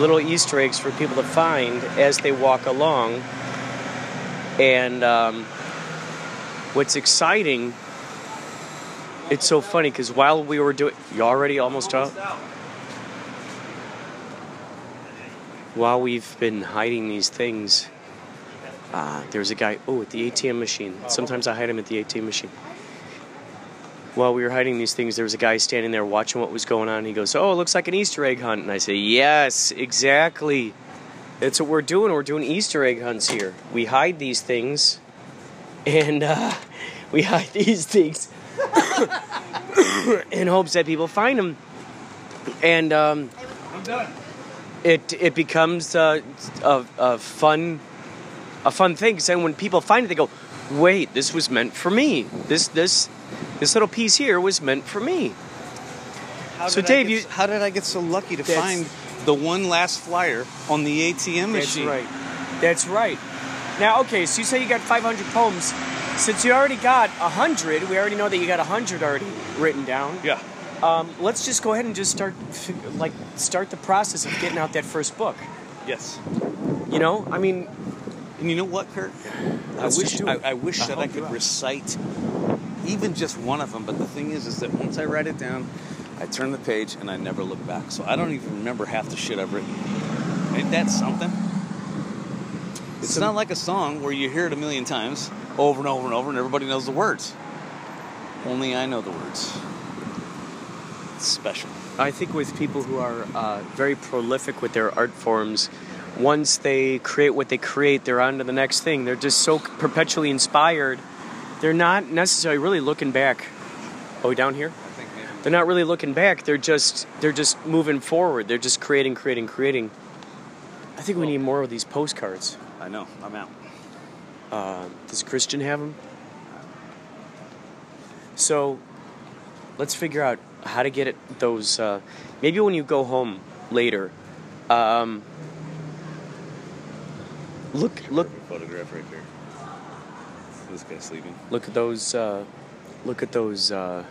Little Easter eggs for people to find as they walk along. And um, what's exciting, it's so funny because while we were doing, you already almost out. While we've been hiding these things, uh, there's a guy. Oh, at the ATM machine. Sometimes I hide him at the ATM machine. While we were hiding these things, there was a guy standing there watching what was going on. He goes, "Oh, it looks like an Easter egg hunt," and I say, "Yes, exactly. That's what we're doing. We're doing Easter egg hunts here. We hide these things." and uh, we hide these things in hopes that people find them. And um, it it becomes uh, a, a fun a fun thing. 'cause then when people find it, they go, "Wait, this was meant for me. This this this little piece here was meant for me."
How
So
did I
Dave,
get-
you-
how did I get so lucky to
That's-
find the one last flyer on the ATM machine?
That's right. That's right. Now, okay, so you say you got 500 poems. Since you already got 100, we already know that you got 100 already written down.
Yeah.
Um, let's just go ahead and just start, like, start the process of getting out that first book.
Yes.
You know, I mean,
And you know what, Kurt? I
Let's
wish
just do
I,
it.
I wish
I'll
that I
help you
could
out.
recite even just one of them. But the thing is, is that once I write it down, I turn the page and I never look back. So I don't even remember half the shit I've written. Ain't that something? It's not like a song where you hear it a million times over and over and over, and everybody knows the words. Only I know the words. It's special.
I think with people who are uh, very prolific with their art forms, once they create what they create, they're on to the next thing. They're just so perpetually inspired. They're not necessarily really looking back. Oh, down here? They're not really looking back. They're just they're just moving forward. They're just creating, creating, creating. I think we need more of these postcards.
I know. I'm out.
Uh, does Christian have them? So, let's figure out how to get it, those. Uh, maybe when you go home later, um, look look
Photograph right there. This guy's sleeping.
look at those uh, look at those uh,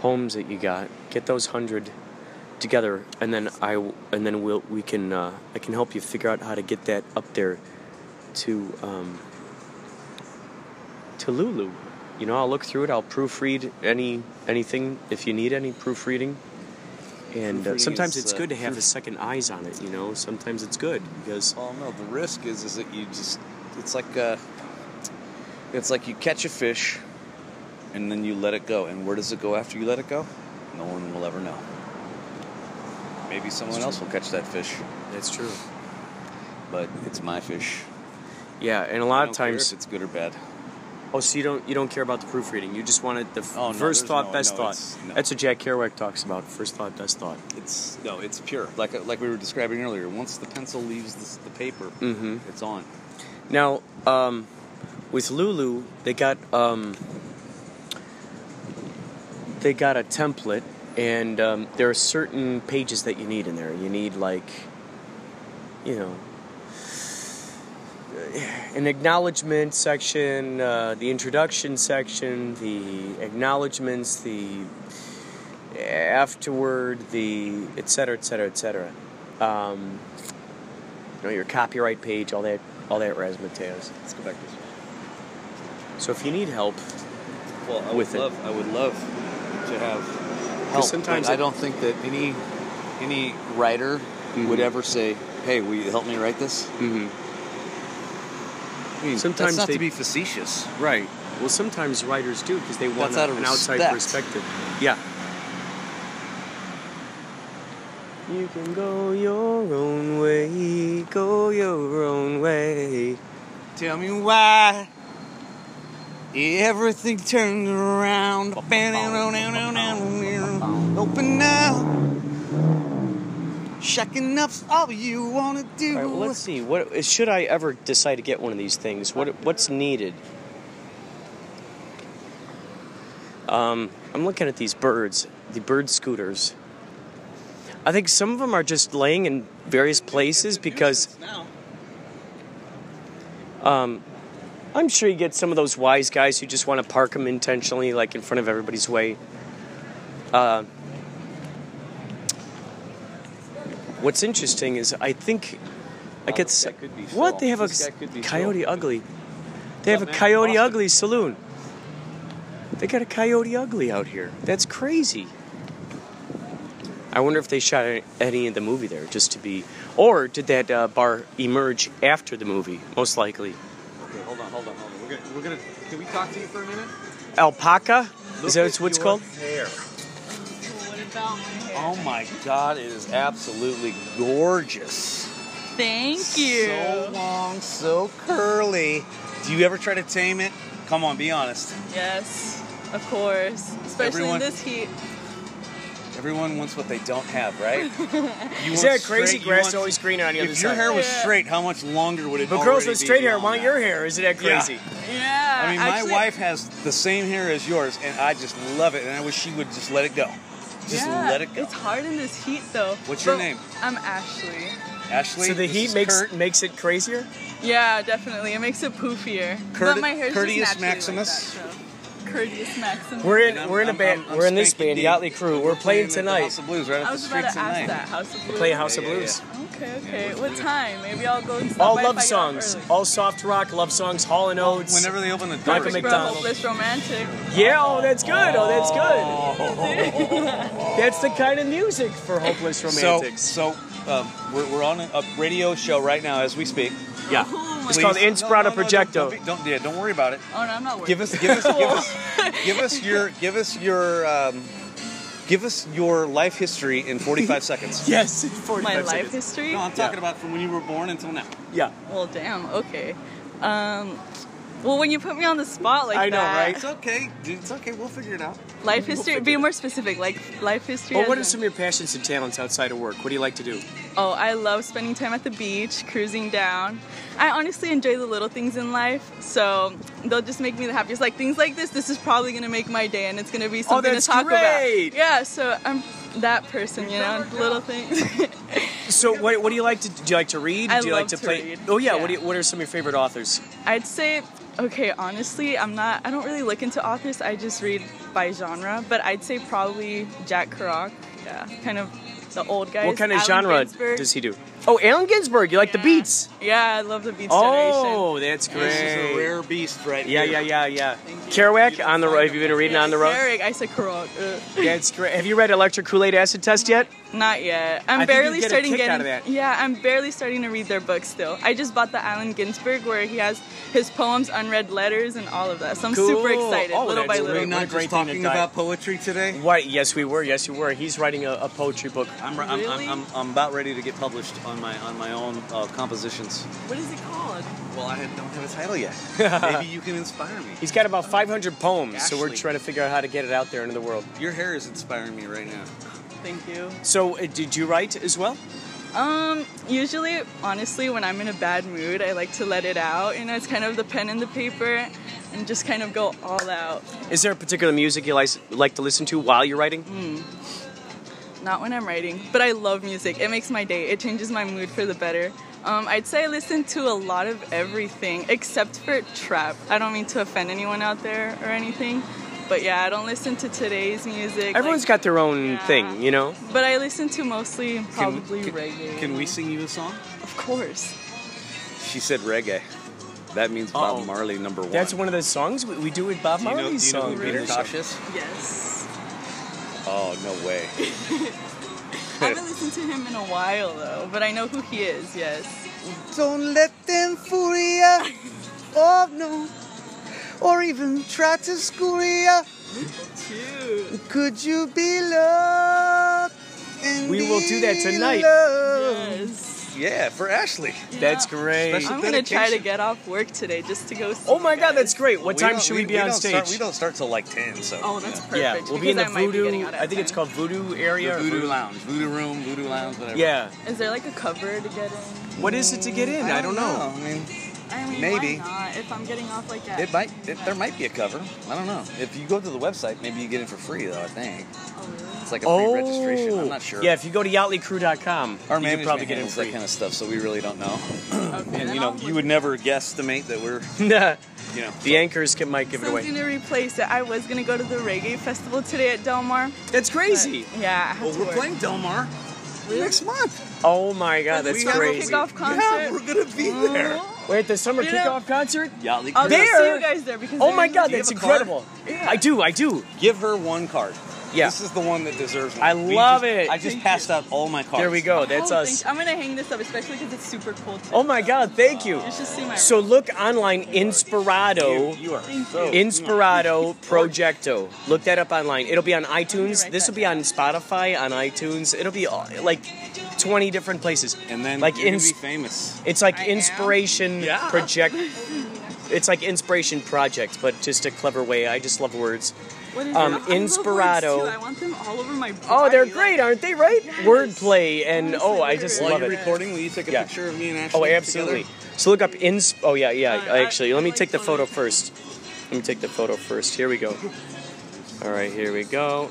poems that you got. Get those hundred together, and then I w- and then we'll we can uh, I can help you figure out how to get that up there to um, to Lulu. You know, I'll look through it. I'll proofread any anything if you need any proofreading. And uh,
Proofreading
sometimes
is,
it's
uh,
good to have a second eyes on it. You know, sometimes it's good because
Oh no, the risk is is that you just it's like uh it's like you catch a fish and then you let it go. And where does it go after you let it go? No one will ever know. Maybe someone else will catch that fish,
that's true.
but it's my fish.
Yeah, and a
I
lot
don't
of
care
times
if it's good or bad.
Oh, so you don't you don't care about the proofreading? You just wanted the f-
Oh, no,
first
there's
thought,
no-
best
no, it's-
thought.
no.
That's what Jack Kerouac talks about. First thought, best thought.
It's no, it's pure. Like like we were describing earlier. Once the pencil leaves the, the paper,
Mhm.
it's on.
Now, um, with Lulu, they got um, they got a template, and um, there are certain pages that you need in there. You need like, you know, uh, an acknowledgement section, uh, the introduction section, the acknowledgments, the afterward, the et cetera, et cetera, et cetera. Um, you know, your copyright page, all that, all that razzmatazz.
Let's go back this way.
So if you need help
Well, I
with
would
it.
love, I would love to have help.
Because sometimes
but I
it-
don't think that any any writer
Mm-hmm.
would ever say, "Hey, will you help me write this?" Mm-hmm. I mean,
Sometimes
that's not
they-
to be facetious, right?
Well, sometimes writers do because they want
That's out of
an outside
respect.
perspective. Yeah. You can go your own way, go your own way.
Tell me why everything turned around. Open up. Shucking up's all you wanna do.
All right, well, let's see. What should I ever decide to get one of these things? What what's needed? Um, I'm looking at these birds, the bird scooters. I think some of them are just laying in various places because um, I'm sure you get some of those wise guys who just want to park them intentionally, like in front of everybody's way. Uh, what's interesting is I think I
Oh,
get
this
s-
guy could be
what
Phil.
they have a
This guy could be Phil.
coyote ugly. They have a
man,
coyote
Boston.
ugly saloon. They got a coyote ugly out here. That's crazy. I wonder if they shot any- any of the movie there just to be, or did that uh, bar emerge after the movie? Most likely.
Okay, hold on, hold on, hold on. We're gonna, we're gonna. Can we talk to you for a minute?
Alpaca? Is
Look
that
at
what it's
your
called?
hair. Oh my God! It is absolutely gorgeous.
Thank you.
So long, so curly. Do you ever try to tame it? Come on, be honest.
Yes, of course. Especially
Everyone-
in this heat.
Everyone wants what they don't have, right? You
Is
want
that crazy
you
grass
want-
always greener on the
if
other
your
side?
hair was
Yeah.
straight, how much longer would it?
But girls
already
with
be
straight hair
long?
want your hair. Isn't that
Yeah.
crazy?
Yeah.
I mean, my
actually-
wife has the same hair as yours, and I just love it, and I wish she would just let it go. Just
yeah,
let it go.
It's hard in this heat though.
What's your
But
name?
I'm Ashley.
Ashley.
So the
this
heat
is
makes
Kurt.
makes it crazier.
Yeah, definitely. It makes it poofier.
Curti-
but my hair's
Curtius
just naturally
Maximus?
Like that, so. Curtius Maximus.
We're in
And I'm-
we're in a
I'm-
band.
I'm- I'm
we're in this band,
spanking
Yachtly Crew. We're playing
at the
tonight.
House of Blues right
I
up the
was about to
street
ask
tonight.
that. House of Blues.
Play House of
Yeah, yeah,
Blues.
Okay, okay. What time? Maybe I'll go and stop
All
by
love
if I get up
songs,
early.
all soft rock love songs. Hall and Oates.
Whenever they open the door,
Michael
Bro,
McDonald.
hopeless romantic.
Yeah, oh, that's good. Oh, that's good. that's the kind of music for hopeless romantics.
Oh. So, so um, we're, we're on a, a radio show right now as we speak.
yeah, it's called
Please-
Inspirato
no, no, no,
Projecto.
Don't, don't, be- don't- yeah, don't worry about it.
Oh no, I'm not worried.
Give us, give us, give us, give us your, give us your, um, give us your life history in 45 seconds.
yes, 45
my life
seconds.
history.
No, I'm talking about from when you were born until now.
Yeah,
Well, damn. Okay. Um, well, when you put me on the spot like
I know,
that,
right?
It's okay, dude. It's okay. We'll figure it out.
Life history. Be more specific. Like life history.
But
as
what are
in-
some of your passions and talents outside of work? What do you like to do?
Oh, I love spending time at the beach, cruising down. I honestly enjoy the little things in life, so they'll just make me the happiest. Like things like this. This is probably gonna make my day, and it's gonna be something
Oh, that's
to talk
great!
about. Yeah. So I'm that person, you know, little things.
So what, what do you like to do? You like to read?
I
do you like
love
to
to
play?
read.
Oh yeah.
Yeah.
What do you, What are some of your favorite authors?
I'd say, okay, honestly, I'm not, I don't really look into authors. I just read by genre, but I'd say probably Jack Kerouac. Yeah, kind of the old guy.
what kind of genre does he do? Oh, Allen Ginsberg. You like the beats?
Yeah, I love the Beats
Oh, that's great.
This is a rare beast, right
yeah,
here.
yeah, yeah, yeah. Kerouac on the road. Have you been reading
Generation.
on the road?
Eric, I said Kerouac. Ugh.
That's great. Have you read Electric Kool Aid Acid Test yet?
Not yet. I'm
I think you'd
barely
get a
starting
kick
getting.
out of that.
Yeah, I'm barely starting to read their books still. I just bought the Allen Ginsberg where he has his poems, unread letters, and all of that. So I'm super
Cool.
excited,
Oh,
little
that's
by
really
little.
We're not
What a great
just
thing to
talking
die.
about poetry today.
What? Yes, we were. Yes, we were. He's writing a, a poetry book.
I'm, I'm,
Really?
I'm, I'm, I'm about ready to get published on my on my own uh, compositions.
What is it called?
Well, I don't have a title yet. Maybe you can inspire me.
He's got about 500 poems, so we're
Ashley.
trying to figure out how to get it out there into the world.
Your hair is inspiring me right now.
Thank you.
So, uh, did you write as well?
Um, usually, honestly, when I'm in a bad mood, I like to let it out. You know, it's kind of the pen and the paper and just kind of go all out.
Is there a particular music you like, like to listen to while you're writing?
Not when I'm writing, but I love music. It makes my day, it changes my mood for the better. Um, I'd say I listen to a lot of everything except for trap. I don't mean to offend anyone out there or anything, but yeah, I don't listen to today's music.
Everyone's
like-
got their own
Yeah.
thing, you know?
But I listen to mostly probably
can,
reggae.
Can we sing you a song?
Of course.
She said reggae. That means Bob Marley number one.
That's one of the songs we, we do with Bob
Do you know-
Marley's
do you know
song.
who Peter
during the show.
Tosh is?
Yes.
Oh no way!
I haven't listened to him in a while though, but I know who he is. Yes.
Don't let them fool ya. Oh no. Or even try to school ya. Could you be loved? and
We will do that
be
tonight.
loved?
yeah, for Ashley.
That's great.
I'm gonna try to get off work today just to go. See
Oh my God, that's great!
Well,
What time
don't-
should we, be on
don't
stage?
Start, we don't start till like ten. So
Oh, that's perfect.
yeah, we'll be in the
because I might be
voodoo.
getting out at
I think it's called voodoo area.
The
or
Voodoo Lounge, Voodoo Room, Voodoo Lounge, whatever.
Yeah.
Is there like a cover to get in?
What is it to get in? I don't, know.
I mean,
I mean,
Maybe.
Why not? If I'm getting off like that.
it might. It, there might be a cover. I don't know. If you go to the website, maybe you get in for free though. I think. It's like a free registration. I'm not sure.
Oh, Yeah, if you go to yachtlycrew.com,
Our
you
management
could probably get in
handles
free.
that kind of stuff, so we really don't know. and you know, you would never guesstimate that we're, you know,
the anchors can might give it
Someone's
away.
gonna replace it. I was gonna go to the reggae festival today at Del Mar.
That's crazy.
yeah, I have
Well,
to
we're
work.
playing Del Mar next month.
Oh my God, that's
We have a
crazy.
kickoff concert.
Yeah, we're gonna be
Uh-huh.
there.
Wait, the summer
You know-
kickoff concert?
Yachtly
I'll
Crew.
go see
There-
you guys there because.
Oh my
they're-
God,
Do you
that's
have a card?
incredible. I do, I do.
Give her one card.
Yeah.
This is the one that deserves one.
I
We
love
just-
it.
I just passed out all my cards.
There we go.
Oh,
That's
thank
us.
you. I'm gonna hang this up, especially because it's super cold. Today.
Oh my God, thank you.
You should see my.
So look online, Inspirado.
You are
Thank
so.
Inspirado Projecto. Look that up online. It'll be on iTunes. This will be on Spotify, on iTunes. It'll be all, like 20 different places.
And then
like
you're gonna
ins-
be famous.
it's like
I am?
inspiration
Yeah.
project. It's like inspiration project, but just a clever way. I just love words.
What
um,
is it? I love words, too.
Inspirado.
I want them all over my. Body.
Oh, they're
like-
great, aren't they? Right?
Yes.
Wordplay and
Honestly,
oh, I
they're
just
While
love
you're
it.
recording, will you take a
Yeah.
picture of me and Ashley?
Oh, absolutely.
together?
So look up ins. Oh yeah, yeah.
Uh,
actually,
I-
let
I
me
like
take the photo
photos.
first. Let me take the photo first. Here we go. All right, here we go.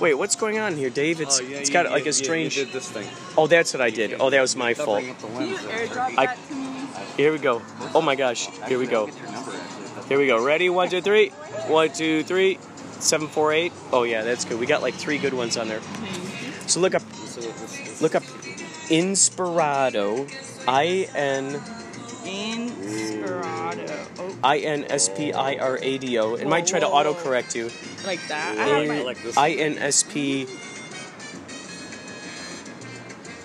Wait, what's going on here, Dave? It's
Oh, yeah,
it's
you-
got
you-
like
you-
a strange.
You did this thing.
oh, that's what I did. Oh, that was my fault.
Covering up the
Can you
lens.
airdrop
I-
that to me?
Here we go. Oh my gosh. Here we go.
Get your number, actually.
Here we go. Ready? One, two, three. One, two, three. Seven, four, eight. Oh yeah, that's good. We got like three good ones on there. So look up, look up, Inspirado, I N.
Inspirado. Oh,
I N S P I R A D O. It might try to
Whoa, whoa, whoa.
autocorrect you.
like that. I have my.
I N S P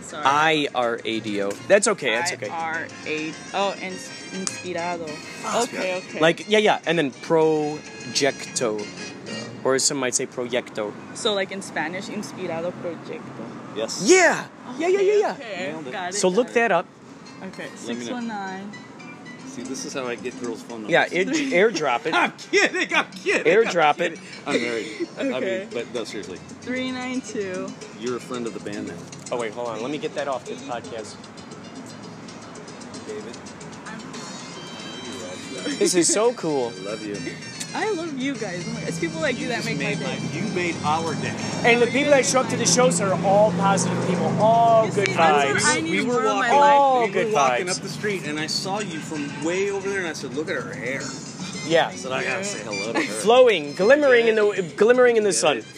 Sorry.
Ah,
I R A D O. That's okay. That's okay.
R A. Oh, ins- inspirado.
Ah,
Okay, okay.
Like yeah, yeah, and then projecto, or some might say proyecto.
so, like in Spanish, inspirado proyecto.
Yes.
Yeah, yeah, yeah, yeah, yeah.
Okay,
Nailed it.
got it.
So look that up.
Okay,
Let me know.
six one nine.
See, this is how I get girls' phone numbers.
Yeah, it, airdrop it.
I'm kidding. I'm kidding.
Airdrop
I'm
it.
I'm married. I mean,
Okay.
but no, seriously,
Three nine two.
you're a friend of the band now.
Oh wait, hold on. Let me get that off this podcast.
David,
This is so cool.
I love you.
I love you guys. Oh my God. It's people like you, that
just
make my
made
day.
You made our day.
And the people that show up to the shows are all positive people, all
You
good
see, that's what I
vibes.
need
We were
more in my
walking.
life.
Oh,
we
good
were walking
vibes.
up the street, and I saw you from way over there, and I said, "Look at her hair."
Yeah,
I said, "I gotta say hello to her."
flowing, glimmering in the glimmering in the sun.
No.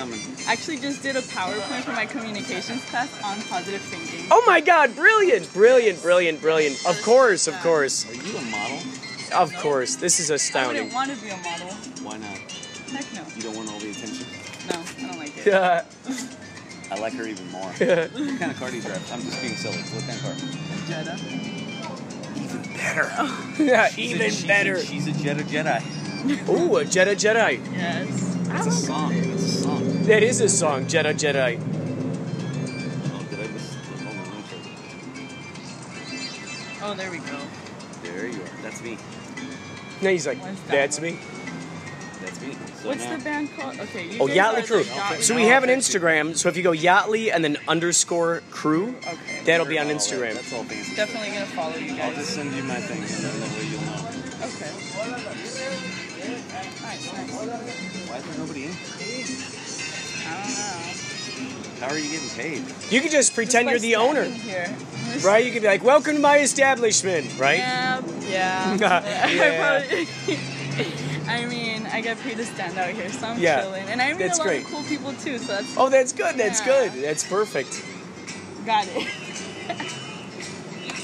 Coming.
I actually just did a PowerPoint for my communications class on positive thinking.
Oh my God! Brilliant, brilliant, brilliant, brilliant. Of course, of course,
Are you a model?
of course. This is
I
astounding.
wouldn't want to be a model.
Why not?
Heck no.
You don't want all the attention.
No, I don't like it.
Yeah.
I like her even more. what kind of car do you drive? I'm just being silly. What kind of car?
Jetta. Oh.
Even better.
Yeah,
She's a-
even
she's a-
better.
she's a Jedi Jedi.
Ooh, a Jedi Jedi.
Yes.
It's a song. It's a song.
That is a song, Jedi Jedi.
Oh, did I just? Hold on, I'm sorry.
Oh, there we go.
There you are. That's me.
No, he's like,
What's that
that's
one?
me.
That's me. So
What's
now,
the band called? Okay, you
Oh,
guys are
Yachtly
the
Crew.
Yachtly-
So we have an Instagram. So if you go Yachtly and then underscore crew,
Okay.
that'll be on
Oh,
Instagram.
That's all fancy.
Definitely gonna follow you
I'll
guys.
just send you my thing, and then that way you'll know.
Okay. Nice, nice.
Why is there nobody in?
I
How are you getting paid?
You can just
don't
pretend
know.
you're the owner,
Here.
right? You can be like, welcome to my establishment, right?
Yeah. Yeah.
Yeah.
I, probably- I mean, I get paid to stand out here, so I'm
Yeah,
chilling. And I meet
that's
a lot
great.
of cool people too, so that's
Oh, that's good. That's
Yeah.
good. That's perfect.
got it.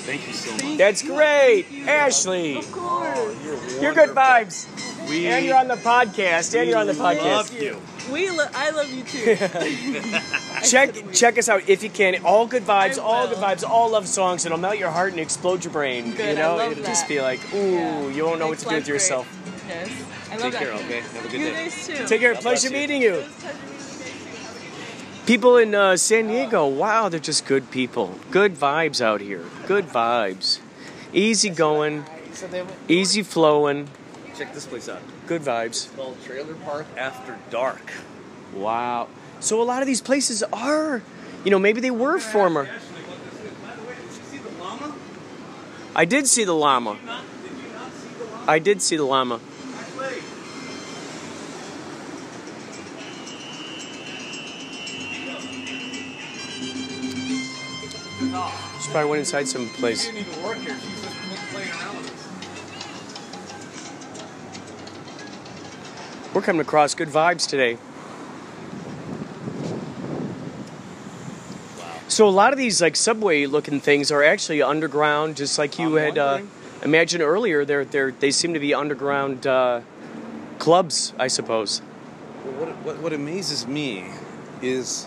Thank you so much.
That's great, Ashley. Of course. You're, good vibes.
We-
and you're on the podcast. And you're on the podcast.
We lo- I love you too.
check check us out if you can. All good vibes, all good vibes, all love songs. It'll melt your heart and explode your brain.
Good, I
you know,
love
it'll just
that.
be like, ooh, you won't know what to do with yourself.
yes. I love that.
Have
You guys too.
Take care. Pleasure meeting you. People in uh, San Diego, wow, they're just good people. Good vibes out here. Good vibes. Easy going,
So they went-
easy flowing.
Check this place out.
Good vibes.
It's called Trailer Park After Dark.
Wow. So a lot of these places are, you know, maybe they were former. I did see the llama. I did see the llama. She probably went inside some place.
didn't even work here. She was just playing around with us.
We're coming across good vibes today. So a lot of these like subway looking things are actually underground, just like you had uh, imagined earlier. They're, they're, they seem to be underground uh, clubs, I suppose.
Well, what, what, what amazes me is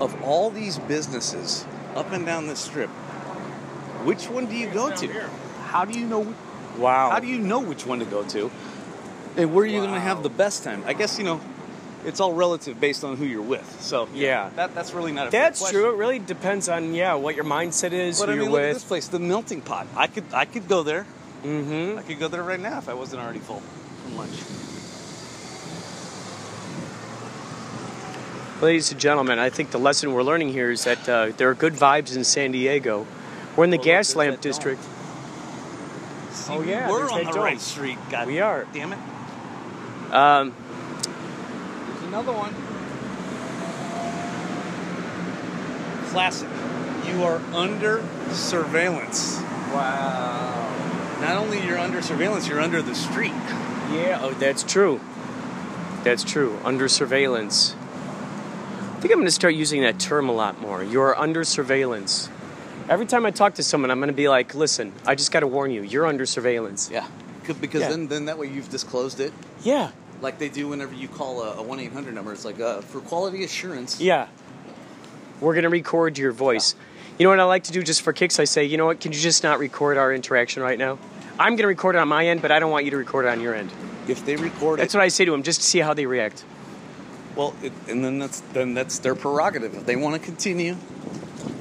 of all these businesses up and down this strip, which one do you go to? How do you know? wh-
Wow.
How do you know which one to go to? And where are you going to have the best time? I guess, you know, it's all relative based on who you're with. So,
Yeah.
That, that's really not a fair
That's
question.
true. It really depends on yeah what your mindset is,
But
who
I mean,
you're
look at this
with.
place, the melting pot. I could, I could go there.
Mm-hmm.
I could go there right now if I wasn't already full from lunch.
Ladies and gentlemen, I think the lesson we're learning here is that uh, there are good vibes in San Diego. We're in the gas lamp district.
See,
Oh, yeah,
we were
there's
on
that
the
dome.
right street. God
We are.
damn it.
Um,
There's another one. Classic. You are under surveillance. Wow. Not only you're under surveillance, you're under the street.
Yeah, oh, that's true. That's true. Under surveillance. I think I'm going to start using that term a lot more. You're under surveillance. Every time I talk to someone, I'm going to be like, listen, I just got to warn you, you're under surveillance.
Yeah. Because
Yeah.
then, then that way you've disclosed it.
Yeah.
Like they do whenever you call a one eight hundred number. It's like uh, for quality assurance.
Yeah. We're going to record your voice. You know what I like to do just for kicks? I say, you know what, can you just not record our interaction right now? I'm going to record it on my end, but I don't want you to record it on your end.
If they record
That's
it,
what I say to them, just to see how they react.
well, it, and then that's then that's their prerogative. If they want to continue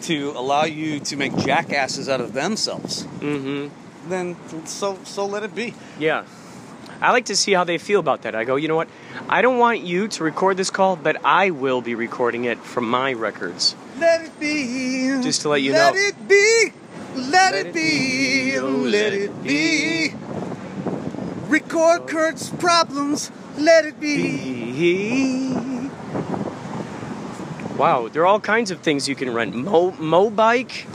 to allow you to make jackasses out of themselves,
Mm hmm.
then so so let it be.
Yeah. I like to see how they feel about that. I go, you know what? I don't want you to record this call, but I will be recording it from my records.
Let it be.
Just to let you
let
know.
it be. Let, it be. oh, Let it be. Record Kurt's problems. Let it be.
Wow, there are all kinds of things you can rent. Mo, mo bike,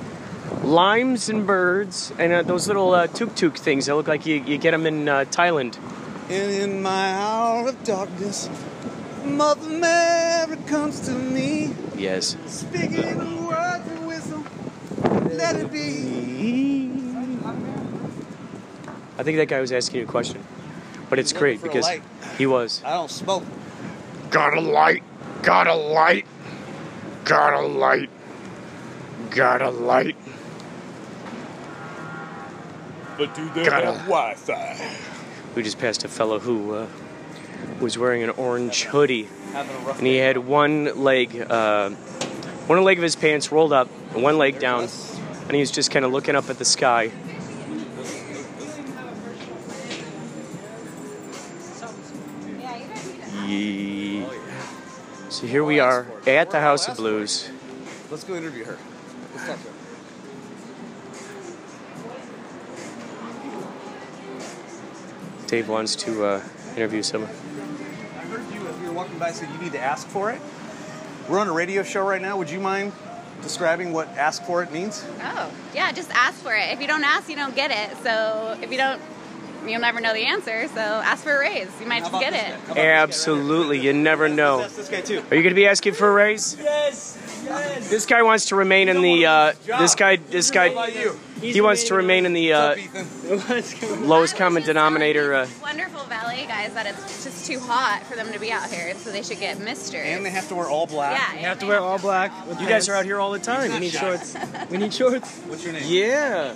limes and birds, and uh, those little uh, tuk-tuk things that look like you, you get them in uh, Thailand.
And in my hour of darkness, Mother Mary comes to me,
Yes.
speaking in words of wisdom. Let it be.
I think that guy was asking you a question. But it's
Looking
great
for a
because
light.
he was.
I don't smoke.
Got a light. Got a light. Got a light. Got a light.
But do they
Gotta-
have Wi-Fi?
We just passed a fellow who uh, was wearing an orange hoodie,
Having a rough
and he
day.
had one leg, uh, one leg of his pants rolled up, and one leg down, and he was just kind of looking up at the sky. Yee. So here we are at the House of Blues.
Let's go interview her. Let's talk to her.
Dave wants to uh, interview someone.
I heard you as we were walking by said you need to ask for it. We're on a radio show right now. Would you mind describing what ask for it means?
Oh, yeah, just ask for it. If you don't ask, you don't get it. So if you don't, you'll never know the answer. So ask for a raise. You might just get it.
Absolutely, you never know.
This guy too.
Are you going to be asking for a raise?
Yes. Yes.
This guy wants to remain in the. Uh, this guy. This guy. he wants to remain in the uh, lowest common denominator. Uh,
Wonderful valet guys that it's just too hot for them to be out here, so they should get misters.
And they have to wear all black.
Yeah,
have to wear all black. You guys are out here all the time.
We need shorts.
We need shorts.
What's your name?
Yeah.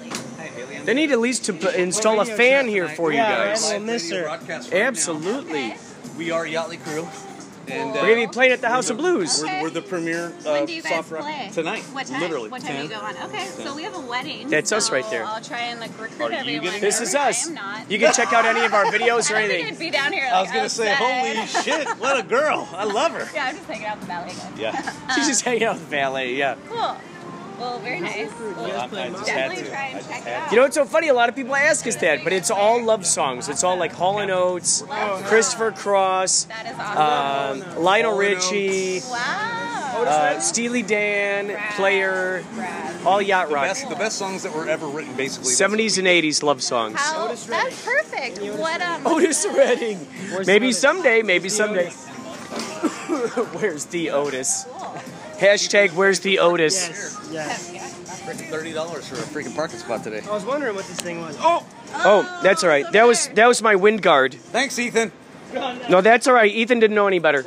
They need at least to p- install a fan here for you guys. Absolutely.
We are Yachtly Crew. And,
We're gonna be playing at the House of Blues.
We're, we're the premier uh,
When do you guys
soft rock
play?
tonight.
What time?
Literally.
What time do you go on? Okay, so we have a wedding.
That's us
so
right there.
I'll try and like recruit
you
everyone.
getting This is
I
us.
am not.
You can check out any of our videos or
I don't think
anything.
I'd be down here.
I was
like,
gonna say,
upset.
holy shit, what a girl. I love her.
Yeah, I'm just hanging out with the ballet guys.
Yeah. She's just hanging out with Valet, yeah.
Cool. Well, very nice. Well,
I just had
definitely
to.
try and check it out.
You know, it's so funny. A lot of people ask us that, but it's all love songs. It's all like Hall and Oates, Christopher Cross, um, Lionel Richie, uh, Steely Dan, Player, all yacht
The
rock.
best, the best songs that were ever written, basically.
70s and 80s love songs.
How, that's perfect. What um?
Otis Redding. Maybe someday, maybe someday. where's the Otis? Hashtag where's the Otis?
Yes.
Thirty dollars for a freaking parking spot today.
I was wondering what this thing was. Oh!
Oh, that's all right. That was that was my wind guard.
Thanks, Ethan.
No, that's all right. Ethan didn't know any better.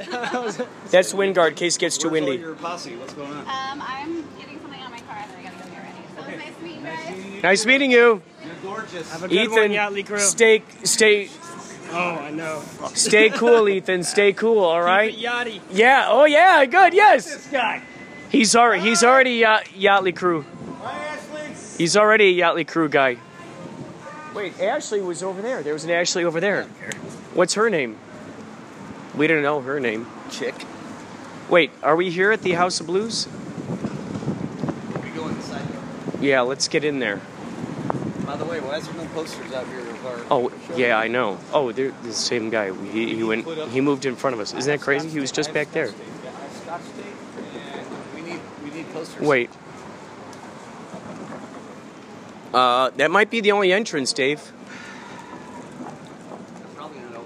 That's wind guard. in Case gets too
Where's all
windy.
Your posse, what's going on?
Um, I'm getting something on my car that I gotta go get ready. So it was nice meeting you guys.
Nice meeting you,
You're gorgeous. Have a good one,
Ethan.
Yachtly crew.
Stay stay
Oh, I know.
stay cool, Ethan. Stay cool. All right.
Keep it yachty.
Yeah. Oh yeah. Good. Yes.
This guy.
He's already he's already uh, Yachtly crew. He's already a Yachtly crew guy. Wait, Ashley was over there. There was an Ashley over there. What's her name? We don't know her name. Chick. Wait, are we here at the House of Blues?
We go inside.
Yeah, let's get in there.
By the way, why is there no posters out here of our?
Oh, yeah, I know. Oh, they're the same guy. He, he went. He moved in front of us. Isn't that crazy? He was just back there.
Yeah, I have Scotch tape, and we need we need posters.
Wait. Uh, that might be the only entrance, Dave.
Probably not open.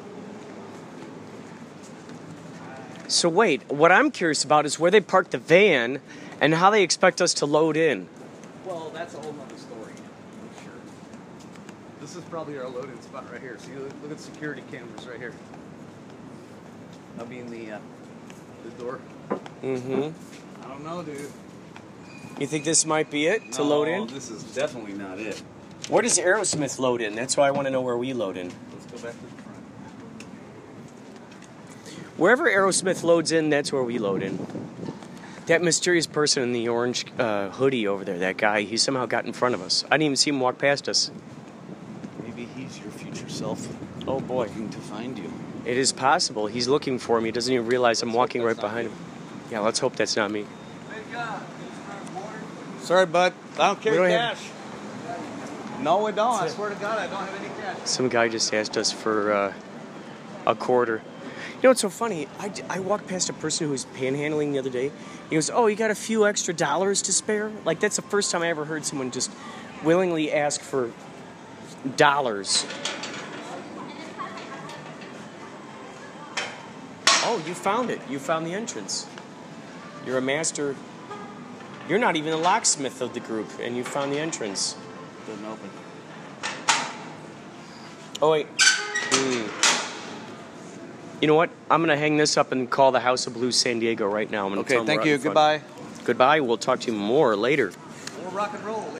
So wait, what I'm curious about is where they parked the van and how they expect us to load in.
Well, that's a whole nother story. I'm sure. This is probably our load-in spot right here. See, look, look at security cameras right here. I'll be in the uh, the door.
Mm-hmm.
I don't know, dude.
You think this might be it to
No,
load in?
Oh, This is definitely not it.
Where does Aerosmith load in? That's why I want to know where we load in.
Let's go back to the front.
Wherever Aerosmith loads in, that's where we load in. That mysterious person in the orange uh, hoodie over there, that guy, he somehow got in front of us. I didn't even see him walk past us.
Maybe he's your future self.
Oh boy.
Looking to find you.
It is possible. He's looking for me. He doesn't even realize I'm walking right behind him. Yeah, let's hope that's not me.
Sorry, bud. I don't carry
We don't have-
cash. No, we don't. I swear to God, I don't have any cash.
Some guy just asked us for uh, a quarter. You know what's so funny? I, I walked past a person who was panhandling the other day. He goes, Oh, you got a few extra dollars to spare? Like, that's the first time I ever heard someone just willingly ask for dollars. Oh, you found it. You found the entrance. You're a master. You're not even the locksmith of the group, and you found the entrance.
Doesn't open.
Oh wait. Hmm. You know what? I'm gonna hang this up and call the House of Blues San Diego right now. I'm gonna
Okay,
tell 'em
thank
we're out
you.
in front.
Goodbye.
Goodbye. We'll talk to you more later.
More rock and roll.